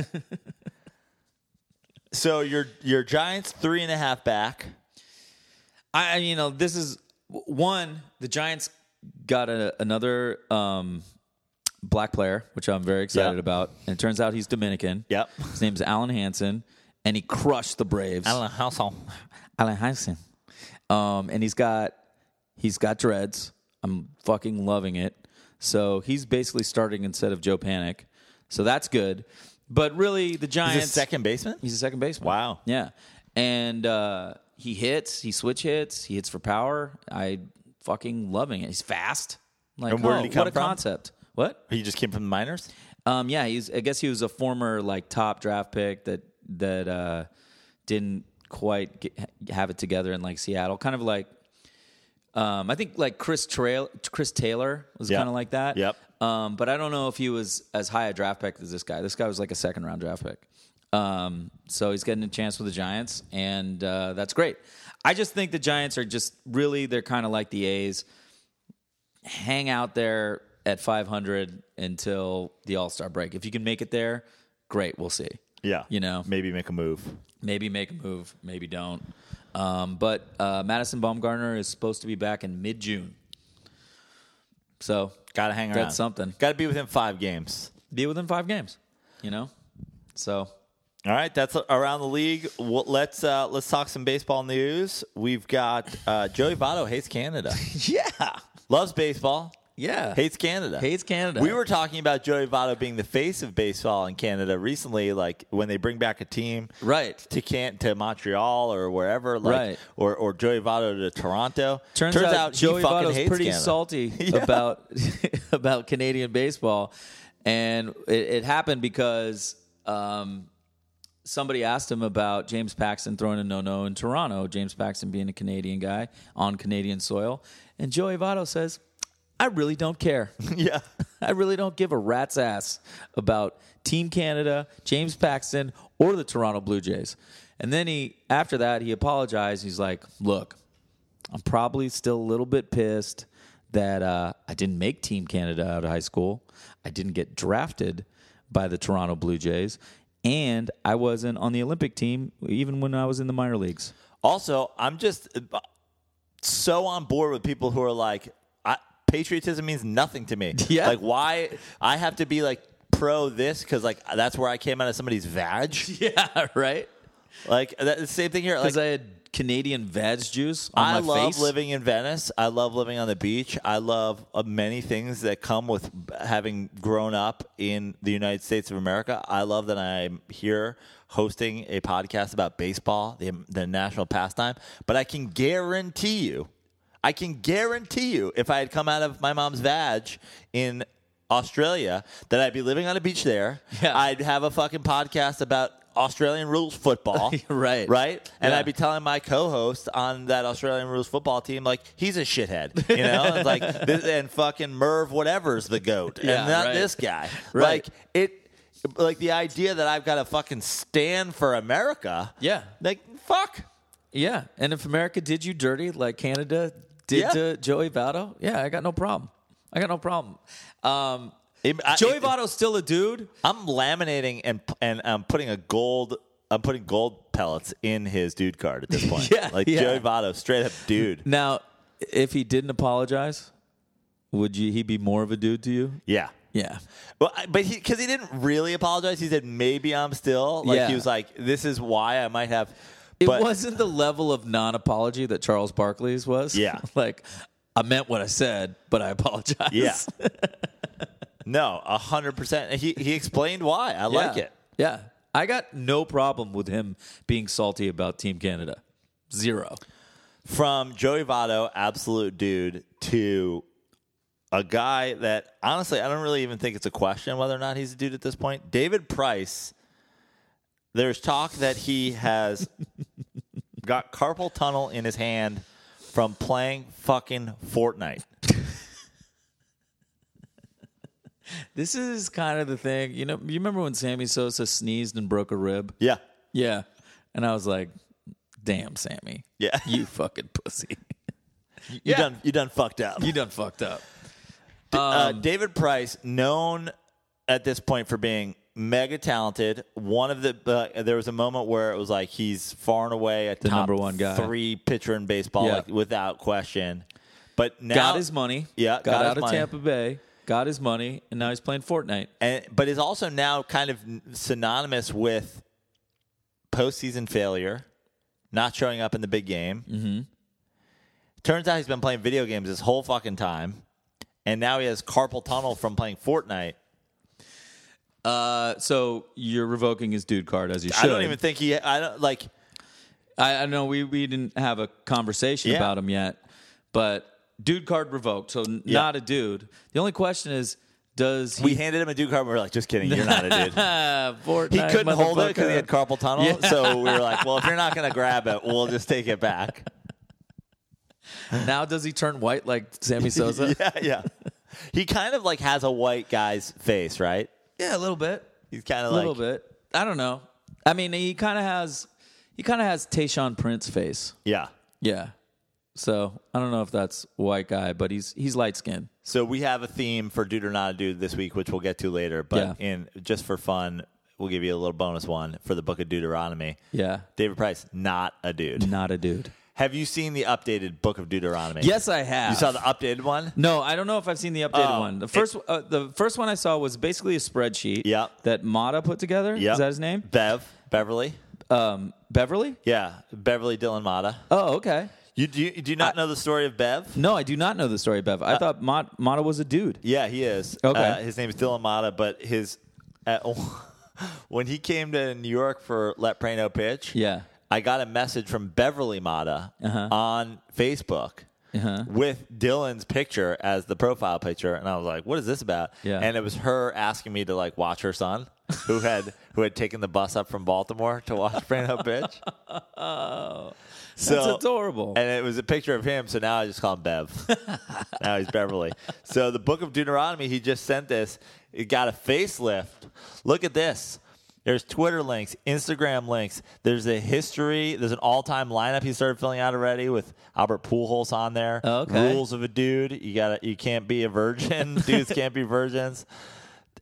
A: so your your Giants three and a half back.
B: I, I- you know, this is w- one. The Giants got a, another um, black player, which I'm very excited
A: Yeah.
B: about. And it turns out he's Dominican.
A: Yep.
B: His name's Alan Hansen, and he crushed the Braves.
A: household.
B: Alan Hansen. Um, and he's got he's got dreads. I'm fucking loving it. So he's basically starting instead of Joe Panic. So that's good. But really, the Giants.
A: He's a second baseman.
B: He's a second baseman.
A: Wow.
B: Yeah. And uh, he hits, he switch hits, he hits for power. I fucking loving it. He's fast. Like,
A: And where
B: oh,
A: did he come
B: what a
A: from?
B: concept. What?
A: He just came from the minors.
B: Um, yeah, he's I guess he was a former like top draft pick that that uh, didn't quite get, have it together in like Seattle. Kind of like um, I think like Chris Trail Chris Taylor was
A: Yeah.
B: kind of like that.
A: Yep.
B: Um, but I don't know if he was as high a draft pick as this guy. This guy was like a second round draft pick. Um, so he's getting a chance with the Giants, and uh, that's great. I just think the Giants are just really they're kind of like the A's, hang out there at 500 until the All Star break. If you can make it there, great. We'll see.
A: Yeah,
B: You know.
A: maybe make a move.
B: Maybe make a move, maybe don't. Um, but uh, Madison Baumgartner is supposed to be back in mid June. So
A: Got to hang around.
B: That's something.
A: Got to be within five games.
B: be within five games, you know? So
A: All right, that's around the league. Well, let's uh, let's talk some baseball news. We've got uh, Joey Votto hates Canada,
B: yeah.
A: loves baseball,
B: Yeah.
A: hates Canada,
B: Hates Canada.
A: We were talking about Joey Votto being the face of baseball in Canada recently. Like when they bring back a team
B: right.
A: to can to Montreal or wherever, like
B: Right.
A: or or Joey Votto to Toronto.
B: Turns, out,
A: he
B: Joey
A: fucking
B: Votto's
A: hates
B: pretty
A: Canada.
B: salty about about Canadian baseball, and it, it happened because um, somebody asked him about James Paxton throwing a no-no in Toronto. James Paxton being a Canadian guy on Canadian soil, and Joey Votto says, "I really don't care."
A: yeah,
B: I really don't give a rat's ass about Team Canada, James Paxton, or the Toronto Blue Jays. And then he, after that, he apologized. He's like, look, I'm probably still a little bit pissed that uh, I didn't make Team Canada out of high school. I didn't get drafted by the Toronto Blue Jays. And I wasn't on the Olympic team even when I was in the minor leagues.
A: Also, I'm just uh, so on board with people who are like, I, patriotism means nothing to me.
B: Yeah.
A: Like, why I have to be like pro this because like that's where I came out of somebody's vag.
B: Yeah, right?
A: Like that, the same thing here. Like,
B: Because I had Canadian veg juice on
A: I
B: my
A: love
B: face.
A: living in Venice. I love living on the beach. I love uh, many things that come with b- having grown up in the United States of America. I love that I'm here hosting a podcast about baseball, the, the national pastime. But I can guarantee you, I can guarantee you, if I had come out of my mom's vag in Australia, that I'd be living on a beach there.
B: Yeah.
A: I'd have a fucking podcast about Australian rules football.
B: Right.
A: Right? And
B: Yeah.
A: I'd be telling my co-host on that Australian rules football team, like he's a shithead, you know, It's like this, and fucking Merv whatever's the goat,
B: Yeah,
A: and not
B: right.
A: this guy.
B: Right.
A: Like it, like the idea that I've got to fucking stand for America.
B: Yeah.
A: like fuck.
B: Yeah, and if America did you dirty like Canada did
A: Yeah.
B: to Joey Votto, yeah, I got no problem. I got no problem. Um,
A: It- I-
B: Joey
A: it-
B: Votto's still a dude.
A: I'm laminating and and I'm putting a gold. I'm putting gold pellets in his dude card at this point.
B: Yeah,
A: like
B: yeah.
A: Joey Votto, straight up dude.
B: Now, if he didn't apologize, would you he be more of a dude to you?
A: yeah.
B: Yeah.
A: Well, I- but he because he didn't really apologize. He said maybe I'm still like
B: Yeah.
A: he was like this is why I might have.
B: It
A: But
B: wasn't the level of non-apology that Charles Barkley's was.
A: Yeah.
B: like I meant what I said, but I apologize.
A: yeah. no, hundred percent. He he explained why. I like it.
B: Yeah. I got no problem with him being salty about Team Canada. Zero.
A: from Joey Votto, absolute dude, to a guy that honestly I don't really even think it's a question whether or not he's a dude at this point. David Price, there's talk that he has got carpal tunnel in his hand from playing fucking Fortnite.
B: This is kind of the thing, you know. You remember when Sammy Sosa sneezed and broke a rib?
A: Yeah.
B: Yeah. And I was like, damn, Sammy.
A: Yeah.
B: You fucking pussy.
A: You
B: Yeah.
A: done you done fucked up.
B: You done fucked up.
A: uh, David Price, known at this point for being mega talented. One of the uh, there was a moment where it was like he's far and away a top
B: number one guy.
A: three pitcher in baseball,
B: Yeah.
A: like without question. But now
B: Got his money.
A: Yeah,
B: Got,
A: got his
B: out of
A: money.
B: Tampa Bay. Got his money. And now he's playing Fortnite.
A: and but is also now kind of synonymous with postseason failure, not showing up in the big game. Mm-hmm. Turns out he's been playing video games his whole fucking time, and now he has carpal tunnel from playing Fortnite.
B: Uh, so you're revoking his dude card as you should.
A: I don't even think he. I don't like.
B: I, I know we, we didn't have a conversation
A: Yeah.
B: about him yet, but dude card revoked. So n- not a dude. The only question is, does he
A: We handed him a Duke card. and We were like, just kidding, you're not a dude.
B: have
A: He
B: Fortnite?
A: couldn't hold it because he
B: motherfucker?
A: had carpal tunnel. So we were like, well, if you're not going to grab it, we'll just take it back.
B: Now does he turn white like Sammy Sosa?
A: yeah, yeah. He kind of like has a white guy's face, right?
B: Yeah, a little bit.
A: He's kind of
B: A
A: like,
B: little bit. I don't know. I mean, he kind of has he kind of has Tayshawn Prince face.
A: yeah.
B: Yeah. So I don't know if that's white guy, but he's he's light skinned.
A: So we have a theme for dude or not a dude this week, which we'll get to later. But
B: Yeah.
A: in just for fun, we'll give you a little bonus one for the Book of Deuteronomy.
B: Yeah.
A: David Price, not a dude.
B: Not a dude.
A: Have you seen the updated Book of Deuteronomy?
B: Yes, I have.
A: You saw the updated one?
B: No, I don't know if I've seen the updated
A: Oh,
B: one. The first uh, the first one I saw was basically a spreadsheet
A: Yeah.
B: that Mata put together.
A: Yeah.
B: Is that his name?
A: Bev. Beverly.
B: Um, Beverly?
A: Yeah, Beverly Dylan Mata.
B: Oh, okay.
A: You do you, do you not know the story of Bev?
B: No, I do not know the story, of
A: Uh,
B: Bev. I thought Mott, Mata was a dude.
A: Yeah, he is.
B: Okay.
A: Uh, his name is Dylan Mata, but his at, when he came to New York for Let Prano pitch,
B: Yeah.
A: I got a message from Beverly Mata
B: Uh-huh.
A: on Facebook. With Dylan's picture as the profile picture, and I was like, "What is this about?"
B: Yeah.
A: And it was her asking me to like watch her son, who had who had taken the bus up from Baltimore to watch Prano pitch. So
B: That's adorable.
A: And it was a picture of him, so now I just call him Bev. now he's Beverly. So the book of Deuteronomy, he just sent this. It got a facelift. Look at this. There's Twitter links, Instagram links. There's a history. There's an all-time lineup he started filling out already with Albert Pujols on there.
B: Okay.
A: Rules of a dude. You got to You can't be a virgin. dudes can't be virgins.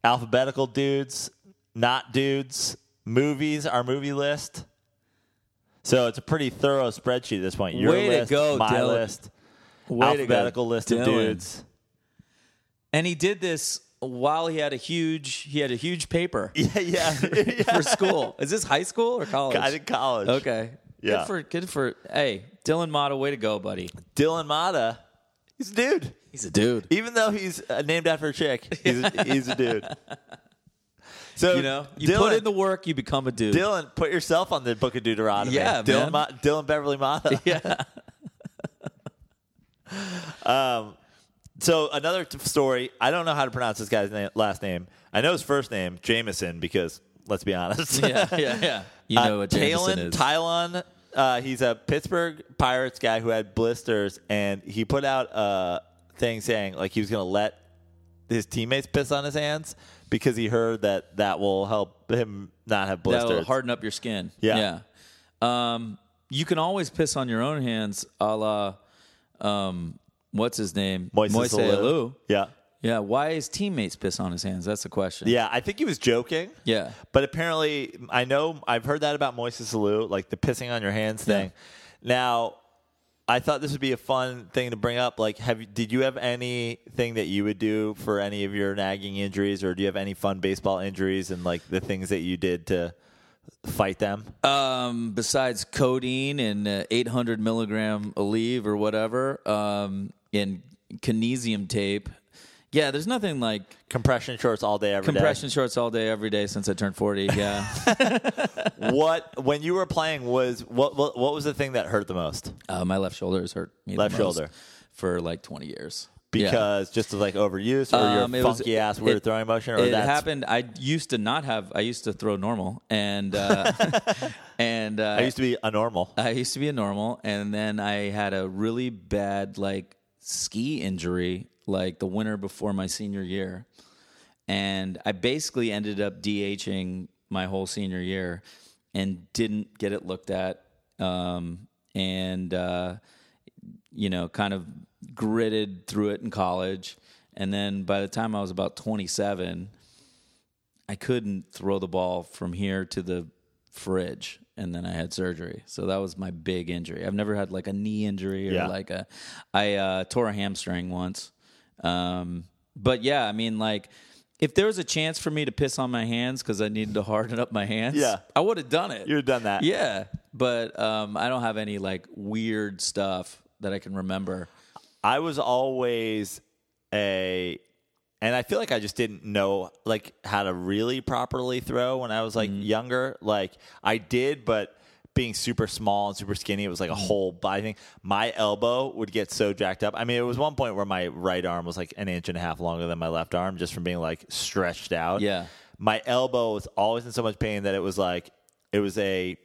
A: Alphabetical dudes, not dudes. Movies. Our movie list. So it's a pretty thorough spreadsheet at this point. Your
B: Way to
A: list,
B: go,
A: my
B: Dylan.
A: list,
B: Way to go,
A: alphabetical list
B: Dylan.
A: of dudes.
B: And he did this while he had a huge he had a huge paper
A: Yeah, yeah. yeah.
B: for school. Is this high school or college?
A: I did college.
B: Okay.
A: Yeah.
B: Good for good for hey, Dylan Mata, way to go, buddy.
A: Dylan Mata, he's a dude.
B: He's a dude.
A: Even though he's uh, named after a chick, he's a, he's a dude. So
B: You know, you
A: Dylan,
B: put in the work, you become a dude.
A: Dylan, put yourself on the Book of Deuteronomy.
B: Yeah, man.
A: Dylan, Ma- Dylan Beverly Mata.
B: Yeah.
A: Um, So another t- story. I don't know how to pronounce this guy's name, last name. I know his first name, Jameson, because let's be honest.
B: yeah, yeah, yeah. You
A: Uh,
B: know what Jameson
A: Talon,
B: is.
A: Tylon, uh, he's a Pittsburgh Pirates guy who had blisters, and he put out a thing saying like he was going to let his teammates piss on his hands because he heard that that will help him not have
B: That'll
A: blisters.
B: harden up your skin.
A: Yeah.
B: Yeah. Um, you can always piss on your own hands, a la, um, what's his name?
A: Moises Alou.
B: Alou.
A: Yeah.
B: Yeah, why his teammates piss on his hands? That's the question.
A: Yeah, I think he was joking.
B: Yeah.
A: But apparently, I know I've heard that about Moises Alou, like the pissing on your hands thing. Now, I thought this would be a fun thing to bring up. Like, have you- did you have anything that you would do for any of your nagging injuries, or do you have any fun baseball injuries and like the things that you did to fight them?
B: Um, besides codeine and uh, 800 milligram Aleve or whatever, um, and kinesium tape. Yeah, there's nothing like
A: Compression shorts all day, every day.
B: compression shorts all day, every day since I turned 40. Yeah.
A: What when you were playing was what, what? What was the thing that hurt the most?
B: uh, my left shoulder has hurt me. the
A: Left
B: most
A: shoulder.
B: For like 20 years. Yeah.
A: Because just of like overuse or
B: Um, it
A: your
B: was-
A: funky ass weird
B: it-
A: throwing motion, or
B: it
A: that's
B: happened. I used to not have. I used to throw normal, and uh, and uh,
A: I used to be a normal.
B: I used to be a normal, and then I had a really bad like ski injury like the winter before my senior year, and I basically ended up DHing my whole senior year, and didn't get it looked at, um, and uh, you know, kind of gritted through it in college, and then by the time I was about twenty seven. I couldn't throw the ball from here to the fridge and then I had surgery. So that was my big injury. I've never had like a knee injury or
A: Yeah.
B: like a I uh tore a hamstring once. Um but yeah, I mean like if there was a chance for me to piss on my hands cuz I needed to harden up my hands,
A: Yeah.
B: I would have done it.
A: You've done that.
B: yeah, but um I don't have any like weird stuff that I can remember.
A: I was always a, and I feel like I just didn't know like how to really properly throw when I was like
B: Mm-hmm.
A: younger. Like I did, but being super small and super skinny, it was
B: Mm-hmm.
A: like a whole body thing. My elbow would get so jacked up. I mean, it was one point where my right arm was like an inch and a half longer than my left arm, just from being like stretched out.
B: Yeah.
A: my elbow was always in so much pain that it was like it was a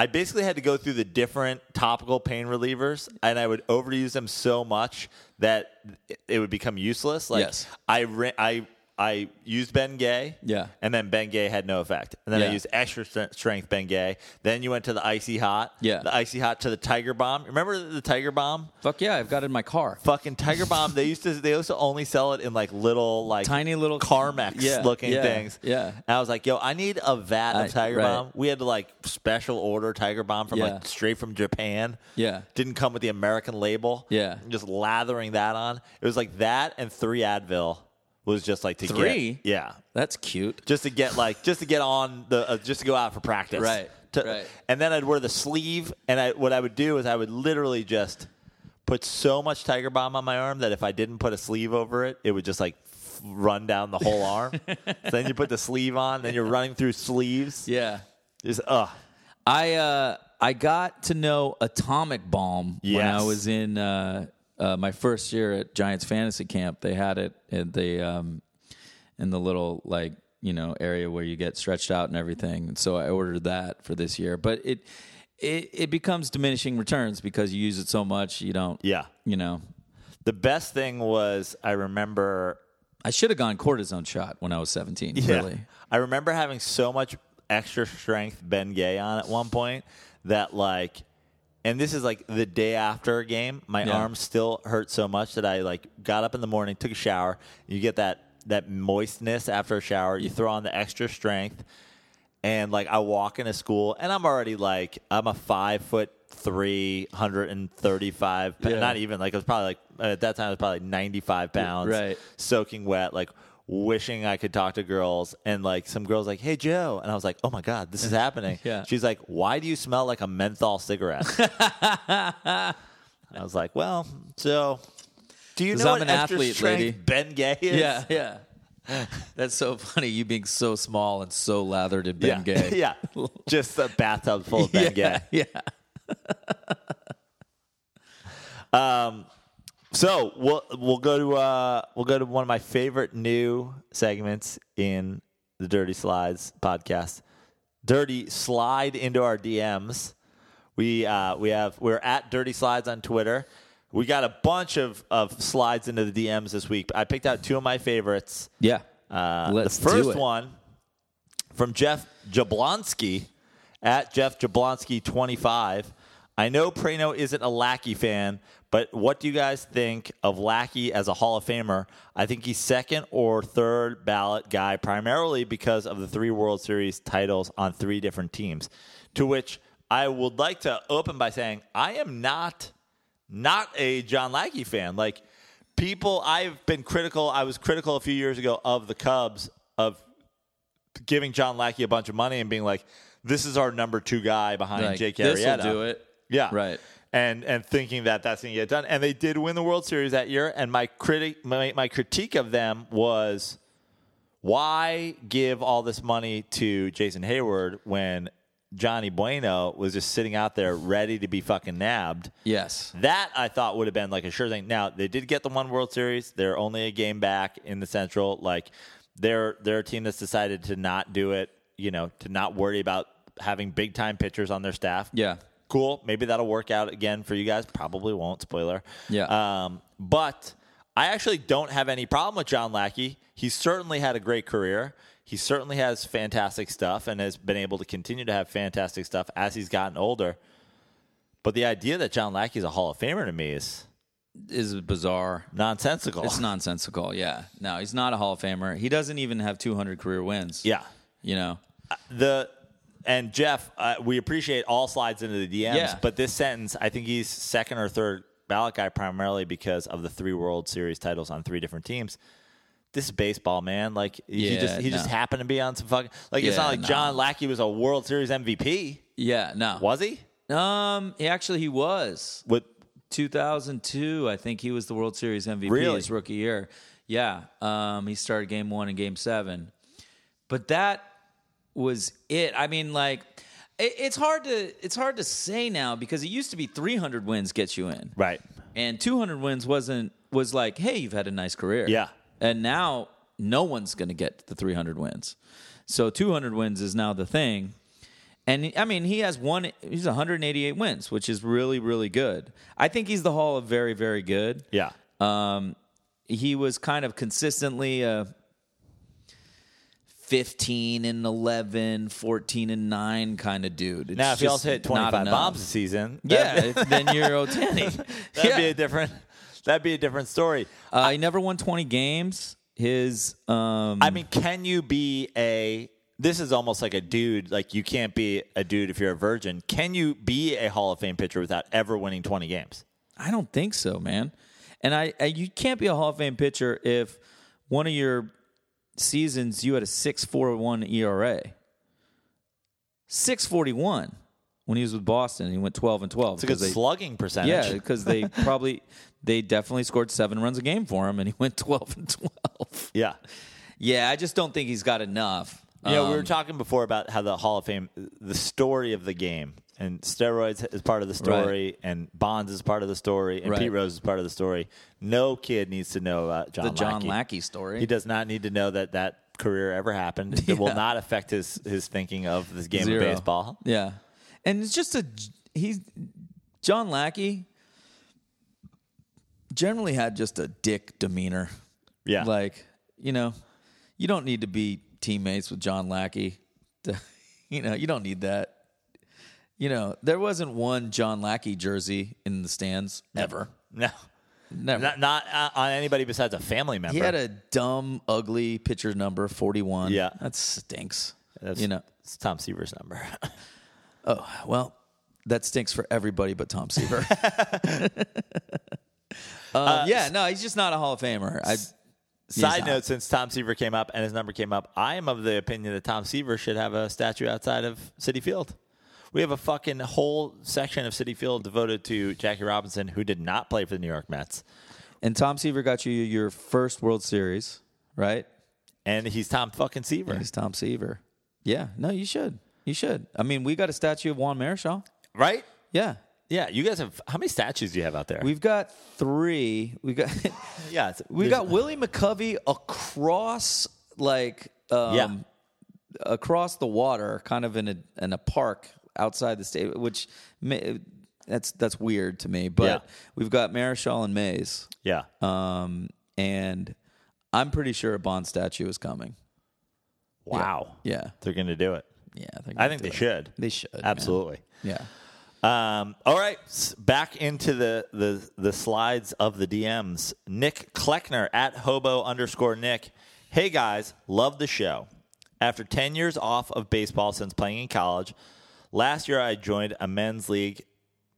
A: I basically had to go through the different topical pain relievers and I would overuse them so much that it- it would become useless. Like
B: Yes.
A: I ra- I I used Ben Gay.
B: Yeah.
A: And then Ben Gay had no effect. And then I
B: Yeah.
A: used extra stre- strength Ben Gay. Then you went to the icy hot.
B: Yeah.
A: The icy hot to the tiger bomb. Remember the tiger bomb?
B: Fuck yeah, I've got it in my car.
A: Fucking tiger bomb. they used to they used to only sell it in like little like
B: Tiny little
A: Carmex
B: Yeah,
A: looking
B: yeah,
A: things.
B: yeah.
A: And I was like, yo, I need a vat
B: I-
A: of Tiger
B: right.
A: Bomb. We had to like special order Tiger Bomb from
B: Yeah.
A: like straight from Japan.
B: Yeah.
A: Didn't come with the American label.
B: Yeah.
A: Just lathering that on. It was like that and three Advil was just like to get-
B: Three?
A: Yeah.
B: That's cute.
A: Just to get like just to get on the uh, just to go out for practice.
B: Right,
A: To-
B: right.
A: And then I'd wear the sleeve and I what I would do is I would literally just put so much Tiger Bomb on my arm that if I didn't put a sleeve over it, it would just like f- run down the whole arm. So then you put the sleeve on, then you're running through sleeves.
B: Yeah.
A: Just ugh.
B: I uh, I got to know Atomic Bomb when
A: Yes.
B: I was in uh, uh, my first year at Giants Fantasy Camp. They had it at the um, in the little like you know area where you get stretched out and everything. And so I ordered that for this year, but it it, it becomes diminishing returns because you use it so much. You don't.
A: Yeah.
B: You know.
A: The best thing was I remember
B: I should have gone cortisone shot when I was 17. Really.
A: I remember having so much extra strength Ben Gay on at one point that like and this is like the day after a game, my
B: Yeah.
A: arm still hurt so much that I like got up in the morning, took a shower, you get that that moistness after a shower, you throw on the extra strength and like I walk into school and I'm already like I'm a five foot three hundred and thirty five
B: Yeah.
A: not even like it was probably like at that time it was probably ninety five pounds
B: Right.
A: soaking wet, like wishing I could talk to girls. And like some girls like, "Hey Joe," and I was like, "Oh my god, this is happening."
B: Yeah.
A: She's like, "Why do you smell like a menthol cigarette?" I was like, "Well, so do you
B: 'Cause
A: know
B: I'm
A: what
B: an
A: extra
B: athlete,
A: strength
B: lady."
A: Ben Gay is?"
B: Yeah. Yeah. That's so funny. You being so small and so lathered in
A: yeah,
B: Ben Gay.
A: yeah. Just a bathtub full of Ben Gay.
B: Yeah.
A: So we'll we'll go to uh, we'll go to one of my favorite new segments in the Dirty Slides podcast. Dirty slide into our DMs. We uh, we have we're at Dirty Slides on Twitter. We got a bunch of, of slides into the DMs this week. I picked out two of my favorites.
B: Yeah.
A: Uh,
B: Let's
A: the first
B: do it.
A: one from Jeff Jablonski at Jeff Jablonski twenty five. I know Prano isn't a Lackey fan, but what do you guys think of Lackey as a Hall of Famer? I think he's second or third ballot guy, primarily because of the three World Series titles on three different teams. To which I would like to open by saying I am not not a John Lackey fan. Like people, I've been critical. I was critical a few years ago of the Cubs of giving John Lackey a bunch of money and being like, "This is our number two guy behind
B: Like,
A: Jake
B: this'll
A: Arrieta."
B: do it.
A: yeah,
B: Right.
A: And and thinking that that's going to get done, and they did win the World Series that year. And my critic, my, my critique of them was, why give all this money to Jason Hayward when Johnny Bueno was just sitting out there ready to be fucking nabbed?
B: Yes.
A: That I thought would have been like a sure thing. Now they did get the one World Series. They're only a game back in the Central. Like they're they're a team that's decided to not do it. You know, to not worry about having big time pitchers on their staff.
B: Yeah.
A: cool. Maybe that'll work out again for you guys. Probably won't. Spoiler.
B: Yeah.
A: Um, but I actually don't have any problem with John Lackey. He certainly had a great career. He certainly has fantastic stuff and has been able to continue to have fantastic stuff as he's gotten older. But the idea that John Lackey's a Hall of Famer to me is
B: Is bizarre.
A: nonsensical.
B: It's nonsensical. Yeah. No, he's not a Hall of Famer. He doesn't even have 200 career wins.
A: Yeah.
B: You know.
A: The and Jeff, uh, we appreciate all slides into the DMs,
B: Yeah.
A: but this sentence, I think he's second or third ballot guy primarily because of the three World Series titles on three different teams. This is baseball, man. Like he
B: Yeah,
A: just he just
B: no.
A: happened to be on some fucking like it's
B: Yeah,
A: not like
B: no.
A: John Lackey was a World Series MVP,
B: Yeah. No.
A: was he?
B: Um. He actually he was
A: With
B: 2002. I think he was the World Series MVP
A: Really?
B: his rookie year. Yeah. Um. He started Game One and Game Seven, but that was it. I mean, like. it- It's hard to it's hard to say now because it used to be 300 wins gets you in.
A: right,
B: and 200 wins wasn't was like hey you've had a nice career
A: Yeah.
B: and now no one's going to get the 300 wins so 200 wins is now the thing and i mean he has one he's 188 wins which is really really good i think he's the hall of very very good
A: yeah,
B: he was kind of consistently uh 15 and 11 14 and 9 kind of dude It's
A: Now, if you all
B: just
A: hit
B: not
A: 25
B: enough.
A: bombs a season,
B: yeah
A: that'd, be-
B: it's- then you're otani
A: that'd
B: yeah.
A: be a different that'd be a different story.
B: Uh, he never won 20 games. His um,
A: I mean, can you be a this is almost like a dude, like you can't be a dude if you're a virgin. Can you be a Hall of Fame pitcher without ever winning 20 games?
B: I don't think so, man. And I, I you can't be a Hall of Fame pitcher if one of your seasons you had a 6.41 ERA. 6.41 when he was with Boston, he went 12 and 12
A: It's a good
B: they
A: slugging percentage.
B: yeah, because they probably they definitely scored 7 runs a game for him and he went 12 and 12.
A: Yeah.
B: Yeah, I just don't think he's got enough.
A: You know, we
B: um,
A: were talking before about how the Hall of Fame, the story of the game, and steroids is part of the story, and Bonds is part of the story, and
B: Right.
A: Pete Rose is part of the story. No kid needs to know about John
B: the John
A: Lackey.
B: Lackey, story.
A: He does not need to know that that career ever happened. It will not affect his, his thinking of this game
B: Zero.
A: of baseball.
B: Yeah, and it's just a he's John Lackey generally had just a dick demeanor.
A: Yeah.
B: like you know, you don't need to be teammates with John Lackey. to- you know, you don't need that. You know, there wasn't one John Lackey jersey in the stands ever.
A: No.
B: Never.
A: Not, not uh, on anybody besides a family member.
B: he had a dumb, ugly pitcher number forty-one.
A: Yeah.
B: that stinks.
A: That's,
B: you know,
A: it's Tom Seaver's number.
B: Oh, well, that stinks for everybody but Tom Seaver. um, yeah, no, he's just not a Hall of Famer. I,
A: Uh, Side
B: not.
A: note: Since Tom Seaver came up and his number came up, I am of the opinion that Tom Seaver should have a statue outside of City Field. We have a fucking whole section of City Field devoted to Jackie Robinson, who did not play for the New York Mets,
B: and Tom Seaver got you your first World Series, right?
A: and he's Tom fucking Seaver,
B: He's Tom Seaver. Yeah, no, you should. You should. I mean, we got a statue of Juan Marichal.
A: right?
B: Yeah.
A: Yeah, you guys have how many statues do you have out there?
B: We've got three. We got
A: yeah, it's-
B: we
A: there's-
B: got Willie McCovey across like um,
A: yeah.
B: across the water, kind of in a in a park outside the state, which may, that's that's weird to me. But
A: Yeah.
B: we've got Marischal and Mays,
A: yeah,
B: um, and I'm pretty sure a Bond statue is coming.
A: wow,
B: Yeah,
A: they're gonna do it.
B: yeah. they're gonna
A: I think
B: do
A: they
B: it.
A: should.
B: They should man.
A: Absolutely.
B: Yeah.
A: Um, all right, s- back into the, the the slides of the DMs. Nick Kleckner at hobo underscore Nick. Hey guys, love the show. After ten years off of baseball since playing in college, last year I joined a men's league,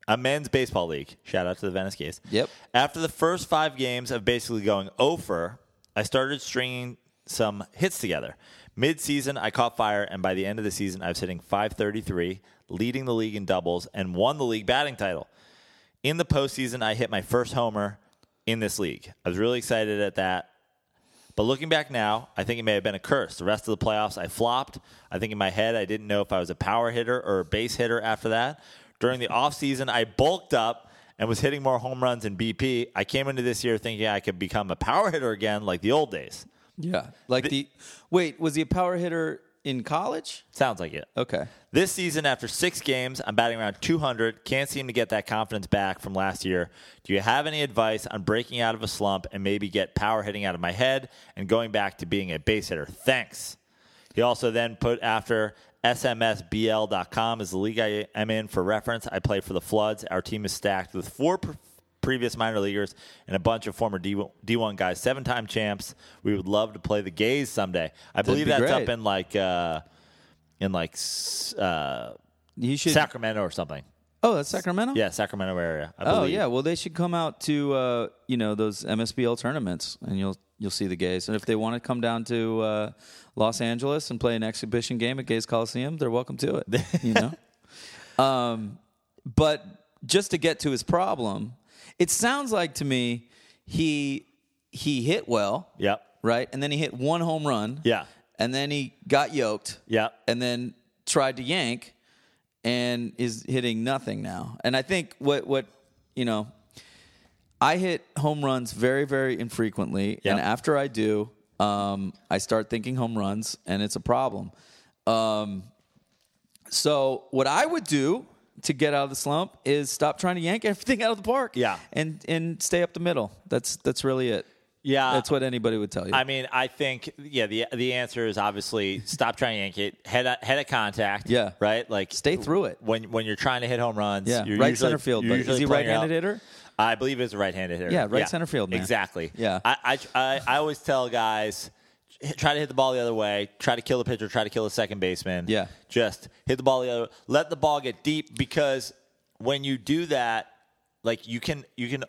A: a men's baseball league. Shout out to the Venice Case.
B: Yep.
A: After the first five games of basically going over, I started stringing some hits together. Mid season, I caught fire, and by the end of the season, I was hitting 533, leading the league in doubles, and won the league batting title. In the postseason, I hit my first homer in this league. I was really excited at that. But looking back now, I think it may have been a curse. The rest of the playoffs, I flopped. I think in my head, I didn't know if I was a power hitter or a base hitter after that. During the offseason, I bulked up and was hitting more home runs in BP. I came into this year thinking I could become a power hitter again like the old days.
B: Yeah. Like the, wait, was he a power hitter in college?
A: Sounds like it.
B: Okay.
A: This season, after six games, I'm batting around 200. Can't seem to get that confidence back from last year. Do you have any advice on breaking out of a slump and maybe get power hitting out of my head and going back to being a base hitter? Thanks. He also then put after smsbl.com is the league I am in for reference. I play for the Floods. Our team is stacked with four pre- previous minor leaguers and a bunch of former D- D1 guys, seven time champs. We would love to play the Gays someday. I believe
B: be
A: that's
B: great.
A: up in like. Uh, in like s- uh,
B: He should.
A: Sacramento or something.
B: oh, that's Sacramento?
A: Yeah, Sacramento area. I
B: Oh
A: believe.
B: yeah, well they should come out to uh, you know those MSBL tournaments, and you'll you'll see the gays. And if they want to come down to uh, Los Angeles and play an exhibition game at Gays Coliseum, they're welcome to it. You know, um, but just to get to his problem, it sounds like to me he he hit well,
A: Yep.
B: right, and then he hit one home run,
A: Yeah.
B: and then he got yoked,
A: Yep.
B: and then tried to yank and is hitting nothing now. And I think what what you know, I hit home runs very very infrequently, and
A: Yep.
B: after I do, um, I start thinking home runs, and it's a problem. Um, so what I would do to get out of the slump is stop trying to yank everything out of the park,
A: Yeah.
B: and and stay up the middle. That's that's really it.
A: Yeah.
B: That's what anybody would tell you.
A: Uh, I mean, I think yeah. The the answer is obviously stop trying to yank it. Head at, head at contact.
B: Yeah.
A: Right. Like
B: Stay through it.
A: when when you're trying to hit home runs.
B: Yeah,
A: you're
B: right
A: usually-
B: center field,
A: you're
B: buddy. Is
A: usually
B: he
A: playing out-
B: right-handed hitter?
A: I believe it's a right-handed hitter.
B: Yeah, right center field, man.
A: Exactly.
B: Yeah.
A: I I, I I always tell guys. h- Try to hit the ball the other way. Try to kill the pitcher. Try to kill the second baseman.
B: Yeah.
A: just hit the ball the other. Let the ball get deep because when you do that, like you can you can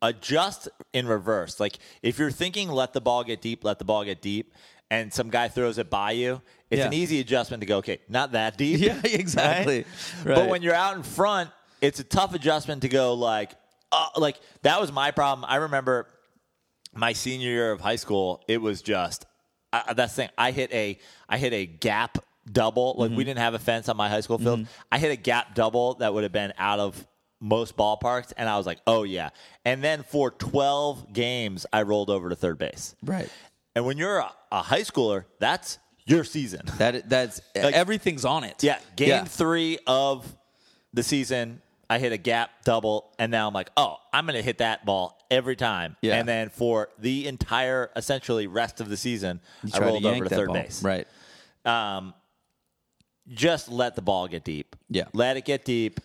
A: adjust in reverse. Like if you're thinking let the ball get deep, let the ball get deep, and some guy throws it by you, it's
B: Yeah.
A: an easy adjustment to go, okay, not that deep.
B: Yeah, exactly.
A: But
B: Right.
A: when you're out in front, it's a tough adjustment to go like uh, like that was my problem. I remember my senior year of high school, it was just uh, that's the thing. I hit a I hit a gap double. Like
B: Mm-hmm.
A: we didn't have a fence on my high school field. I hit a gap double that would have been out of most ballparks, and I was like, oh yeah. And then for twelve games, I rolled over to third base.
B: right.
A: And when you're a, a high schooler, that's your season.
B: That that's e, everything's on it.
A: Yeah, game three of the season, I hit a gap double, and now I'm like, oh, I'm going to hit that ball every time.
B: Yeah.
A: And then for the entire, essentially, rest of the season, I
B: Try
A: rolled
B: yank
A: over to
B: that
A: third
B: ball.
A: base.
B: Right.
A: Um, just let the ball get deep.
B: Yeah.
A: Let it get deep,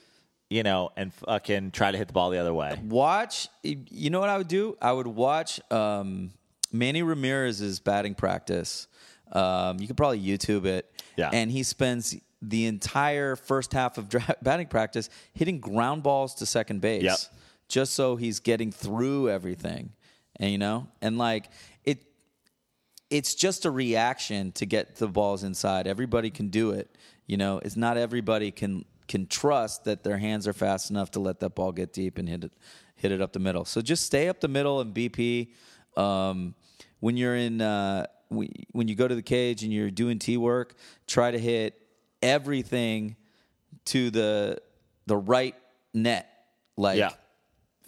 A: you know, and fucking try to hit the ball the other way.
B: Watch. You know what I would do? I would watch um, Manny Ramirez's batting practice. Um, you could probably YouTube it.
A: Yeah.
B: And he spends the entire first half of dra- batting practice hitting ground balls to second base.
A: Yep.
B: Just so he's getting through everything, and you know, and like it, it's just a reaction to get the balls inside. Everybody can do it. You know, it's not everybody can can trust that their hands are fast enough to let that ball get deep and hit it hit it up the middle. So just stay up the middle and BP. Um, when you're in uh, when when you go to the cage and you're doing T work, try to hit everything to the the right net. Like
A: Yeah.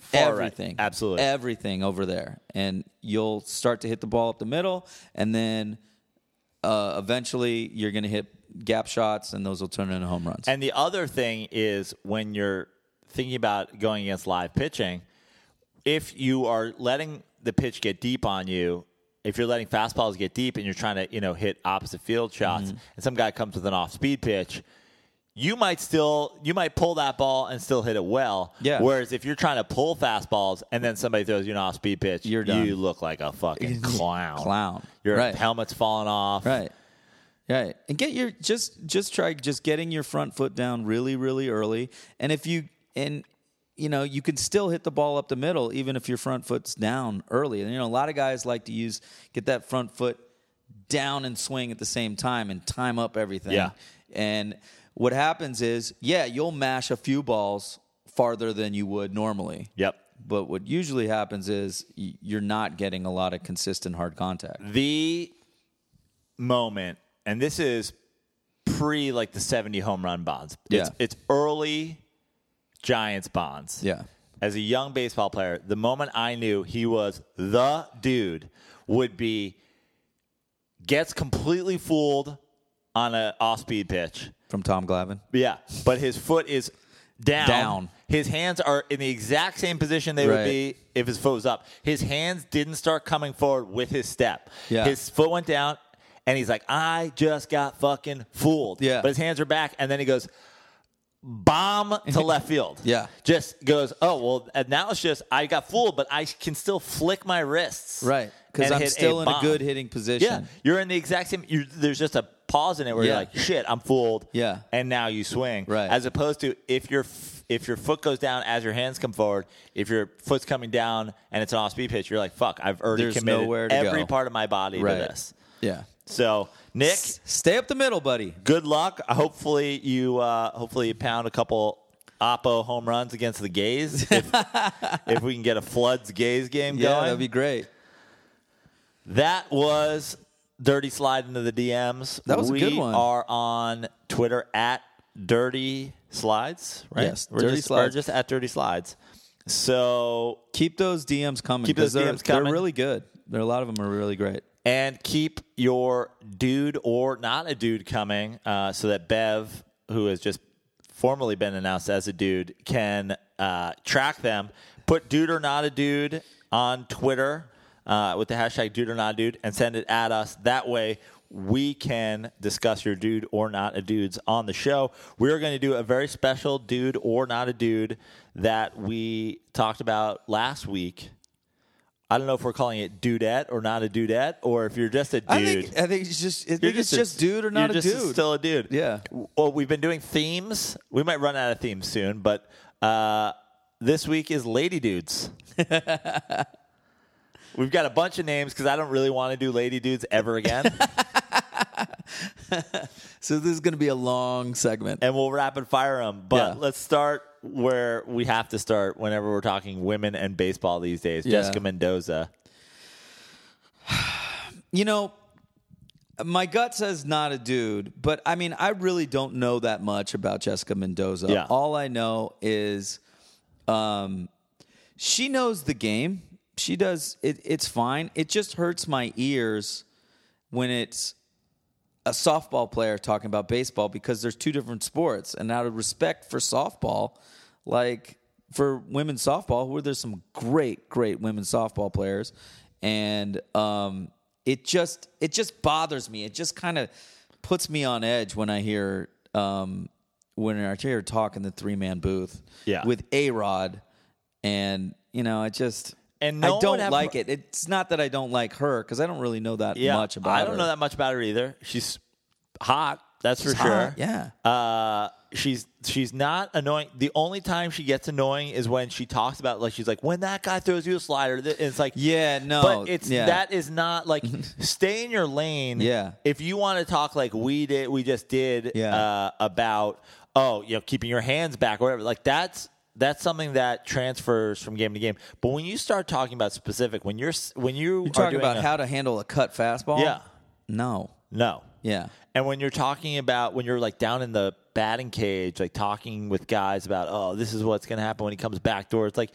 A: Far right.
B: everything,
A: Absolutely.
B: everything over there, and you'll start to hit the ball up the middle, and then uh, eventually you're going to hit gap shots, and those will turn into home runs.
A: And the other thing is when you're thinking about going against live pitching, if you are letting the pitch get deep on you, if you're letting fastballs
B: Mm-hmm.
A: get deep and you're trying to, you know, hit opposite field shots and some guy comes with an off speed pitch, you might still you might pull that ball and still hit it well.
B: Yeah.
A: Whereas if you're trying to pull fastballs and then somebody throws you an off speed pitch,
B: You're done.
A: You look like a fucking clown.
B: Clown.
A: Your
B: Right.
A: helmet's falling off.
B: Right. Right. And get your just just try just getting your front foot down really really early and if you and you know, you can still hit the ball up the middle even if your front foot's down early. And you know, a lot of guys like to use get that front foot down and swing at the same time and time up everything.
A: Yeah.
B: And what happens is, yeah, you'll mash a few balls farther than you would normally.
A: Yep.
B: But what usually happens is y- you're not getting a lot of consistent hard contact.
A: Mm. The moment, and this is pre like the 70 home run bonds. It's,
B: Yeah.
A: it's early Giants bonds.
B: Yeah.
A: As a young baseball player, the moment I knew he was the dude would be gets completely fooled on an off speed pitch.
B: From Tom Glavine.
A: Yeah, but his foot is down.
B: Down.
A: His hands are in the exact same position they would
B: Right.
A: be if his foot was up. His hands didn't start coming forward with his step.
B: Yeah.
A: His foot went down, and he's like, "I just got fucking fooled."
B: Yeah.
A: But his hands are back, and then he goes. Bomb to left field.
B: Yeah.
A: Just goes, oh, well, and now it's just, I got fooled, but I can still flick my wrists.
B: Right. Because
A: and
B: I'm
A: hit
B: still in a
A: bomb."
B: good hitting position.
A: Yeah, you're in the exact same. You're, there's just a pause in it where you're
B: Yeah.
A: like, "Shit, I'm fooled."
B: Yeah.
A: and now you swing.
B: Right.
A: As opposed to if your f- if your foot goes down as your hands come forward, if your foot's coming down and it's an off speed pitch, you're like, "Fuck, I've already
B: There's
A: committed
B: nowhere to
A: every
B: go."
A: part of my body to this."
B: Yeah.
A: So, Nick,
B: S- Stay up the middle, buddy.
A: good luck. Hopefully you uh, hopefully you pound a couple. Oppo home runs against the Gays. If, if we can get a floods Gays game
B: Yeah,
A: going,
B: that'd be great.
A: That was Dirty Slide into the DMs.
B: That was a
A: we
B: good one.
A: are on Twitter at Dirty Slides, right?
B: Yes,
A: We're
B: Dirty
A: just,
B: Slides.
A: Or just at Dirty Slides. So,
B: Keep those DMs coming.
A: Keep those
B: 'cause they're,
A: DMs coming.
B: They're really good. There are a lot of them are really great.
A: and keep your dude or not a dude coming uh, so that Bev, who has just formally been announced as a dude, can uh, track them. Put dude or not a dude on Twitter uh, with the hashtag dude or not a dude and send it at us. That way, we can discuss your dude or not a dudes on the show. We're going to do a very special dude or not a dude that we talked about last week. I don't know if we're calling it dudette or not a dudette, or if you're just a dude.
B: I think I think it's just I think it's
A: a-
B: just dude or not
A: you're
B: a
A: just
B: dude.
A: Still a dude.
B: Yeah.
A: Well, we've been doing themes. We might run out of themes soon, but uh, this week is lady dudes. we've got a bunch of names because I don't really want to do lady dudes ever again,
B: so this is going to be a long segment.
A: and we'll rapid fire them. But
B: Yeah.
A: let's start where we have to start whenever we're talking women and baseball these days.
B: Yeah.
A: Jessica Mendoza.
B: You know, my gut says not a dude, but I mean, I really don't know that much about Jessica Mendoza.
A: Yeah.
B: All I know is um, she knows the game. She does, it, it's fine. It just hurts my ears when it's a softball player talking about baseball because there's two different sports. And out of respect for softball, like for women's softball, where there's some great, great women's softball players, and um, it just it just bothers me. It just kind of puts me on edge when I hear um, when I hear her talk in the three man booth
A: Yeah.
B: with A Rod, and you know, I just.
A: And no
B: I
A: one
B: don't
A: ever-
B: like it. It's not that I don't like her because I don't really know that
A: Yeah,
B: much about
A: I don't
B: her.
A: know that much about her either. She's hot, that's for
B: hot,
A: sure.
B: yeah.
A: Uh, she's she's not annoying. The only time she gets annoying is when she talks about like she's like when that guy throws you a slider. th- It's like
B: Yeah, no,
A: but it's
B: yeah.
A: that is not like stay in your lane.
B: Yeah.
A: if you want to talk like we did, we just did.
B: Yeah.
A: uh, about oh you know keeping your hands back or whatever. Like that's. That's something that transfers from game to game. But when you start talking about specific, when you're s- when you are
B: You're
A: doing
B: talking about
A: a-
B: how to handle a cut fastball?
A: Yeah.
B: No.
A: no,
B: Yeah.
A: And when you're talking about when you're like down in the batting cage, like talking with guys about, oh, this is what's going to happen when he comes back door. It's like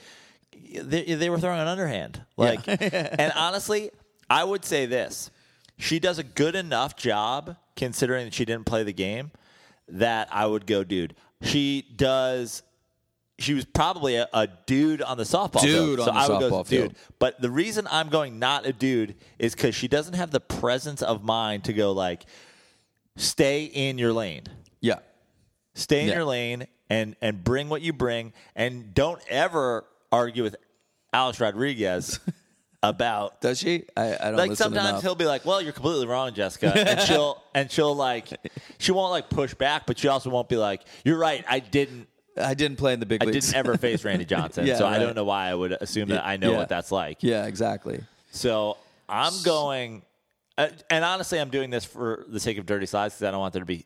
A: they, they were throwing an underhand. Like, and honestly, I would say this: she does a good enough job considering that she didn't play the game. That I would go, dude. She does. She was probably a, a dude on the softball
B: Dude
A: field,
B: on
A: so
B: the
A: I would go,
B: softball field.
A: dude. But the reason I'm going not a dude is because she doesn't have the presence of mind to go like, stay in your lane.
B: Yeah.
A: Stay in
B: Yeah.
A: your lane and and bring what you bring, and don't ever argue with Alex Rodriguez about
B: Does she? I, I don't
A: like
B: listen
A: sometimes
B: enough.
A: he'll be like, "Well, you're completely wrong, Jessica," and she'll and she'll like, she won't like push back, but she also won't be like, "You're right, I didn't,
B: I didn't play in the big
A: I
B: leagues.
A: didn't ever face Randy Johnson,
B: Yeah,
A: so I
B: right.
A: don't know why I would assume that I know
B: Yeah.
A: what that's like."
B: yeah, exactly.
A: So I'm going, uh, and honestly, I'm doing this for the sake of dirty slides because I don't want there to be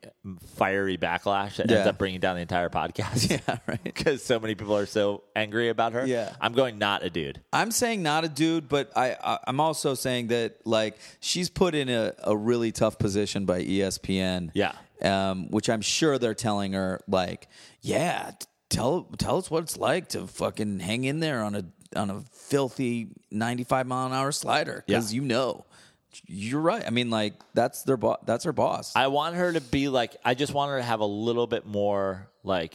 A: fiery backlash that ends
B: Yeah.
A: up bringing down the entire podcast.
B: Yeah, right.
A: Because so many people are so angry about her.
B: Yeah.
A: I'm going not a dude.
B: I'm saying not a dude, but I, I I'm also saying that like she's put in a, a really tough position by E ESPN.
A: Yeah.
B: Um, which I'm sure they're telling her like, yeah, t- tell tell us what it's like to fucking hang in there on a on a filthy 95 mile an hour slider because
A: Yeah.
B: you know you're right. I mean, like that's their bo- that's her boss.
A: I want her to be like, I just want her to have a little bit more like,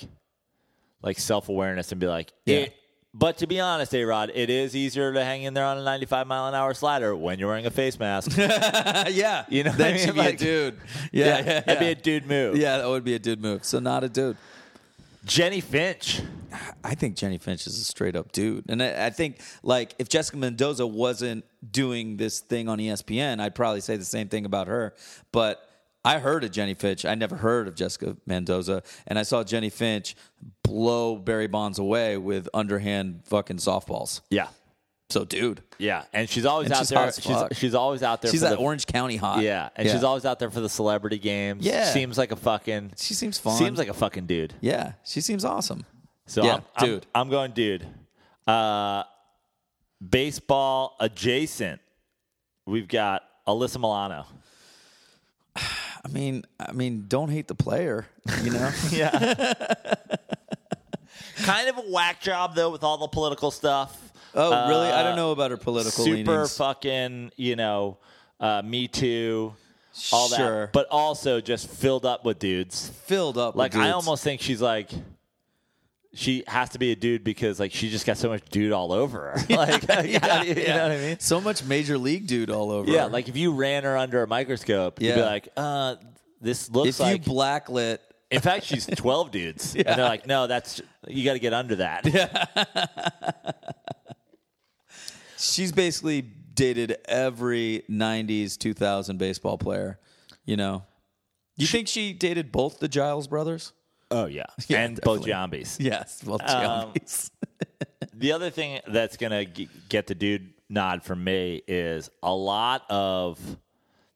A: like self awareness and be like,
B: Yeah.
A: it. But to be honest, A Rod, it is easier to hang in there on a 95 mile an hour slider when you're wearing a face mask. yeah,
B: yeah,
A: You know what I
B: that
A: mean?
B: should be
A: Like-
B: a dude. Yeah, yeah, yeah,
A: that'd be a dude move.
B: Yeah, that would be a dude move. So not a dude.
A: Jenny Finch.
B: I think Jenny Finch is a straight up dude. And I, I think, like, if Jessica Mendoza wasn't doing this thing on E ESPN, I'd probably say the same thing about her. But I heard of Jenny Finch. I never heard of Jessica Mendoza. And I saw Jenny Finch blow Barry Bonds away with underhand fucking softballs.
A: Yeah.
B: So, dude,
A: Yeah, and she's always
B: And
A: out
B: she's hot
A: there.
B: as
A: She's,
B: fuck.
A: she's always out there.
B: she's
A: for
B: that
A: the,
B: Orange County hot.
A: Yeah, and she's always out there for the celebrity games.
B: Yeah.
A: seems like a fucking.
B: She seems fun.
A: Seems like a fucking dude.
B: yeah, she seems awesome.
A: So
B: Yeah,
A: I'm, I'm-
B: dude.
A: I'm, going dude. Uh, baseball adjacent. We've got Alyssa Milano.
B: I mean, I mean, don't hate the player, you know?
A: Yeah. kind of a whack job though with all the political stuff.
B: oh, really? I
A: Uh,
B: don't know about her political
A: super
B: leanings.
A: fucking you know uh, me too all
B: Sure.
A: that but also just filled up with dudes
B: Filled up. with
A: like i
B: dudes.
A: almost think she's like she has to be a dude because like she just got so much dude all over her like yeah, you know what i mean
B: So much major league dude all over.
A: yeah
B: her.
A: like if you ran her under a microscope you'd be
B: Yeah.
A: like uh this looks
B: if
A: like
B: you blacklit,
A: in fact she's 12 dudes and they're like no that's you got to get under that
B: she's basically dated every '90s, 2000 baseball player. You know, you think she dated both the Giles brothers?
A: oh yeah,
B: Yeah,
A: and both zombies
B: Yes, both
A: Um,
B: Giambies.
A: The other thing that's going to g- get the dude nod from me is a lot of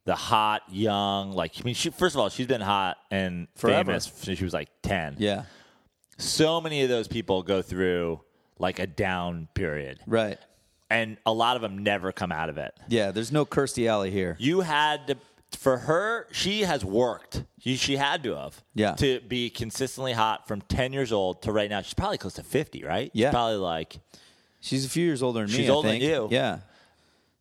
A: the hot, young, like, I mean, she, first of all, she's been hot and
B: Forever.
A: famous since she was like 10.
B: yeah,
A: So many of those people go through like a down period,
B: right.
A: and a lot of them never come out of it.
B: Yeah, there's no Kirstie Alley here.
A: You had to, for her, she has worked. She, she had to have.
B: Yeah.
A: To be consistently hot from 10 years old to right now. She's probably close to 50, right? She's
B: Yeah.
A: probably like
B: She's a few years older than me.
A: She's
B: I
A: older than
B: think.
A: you.
B: Yeah,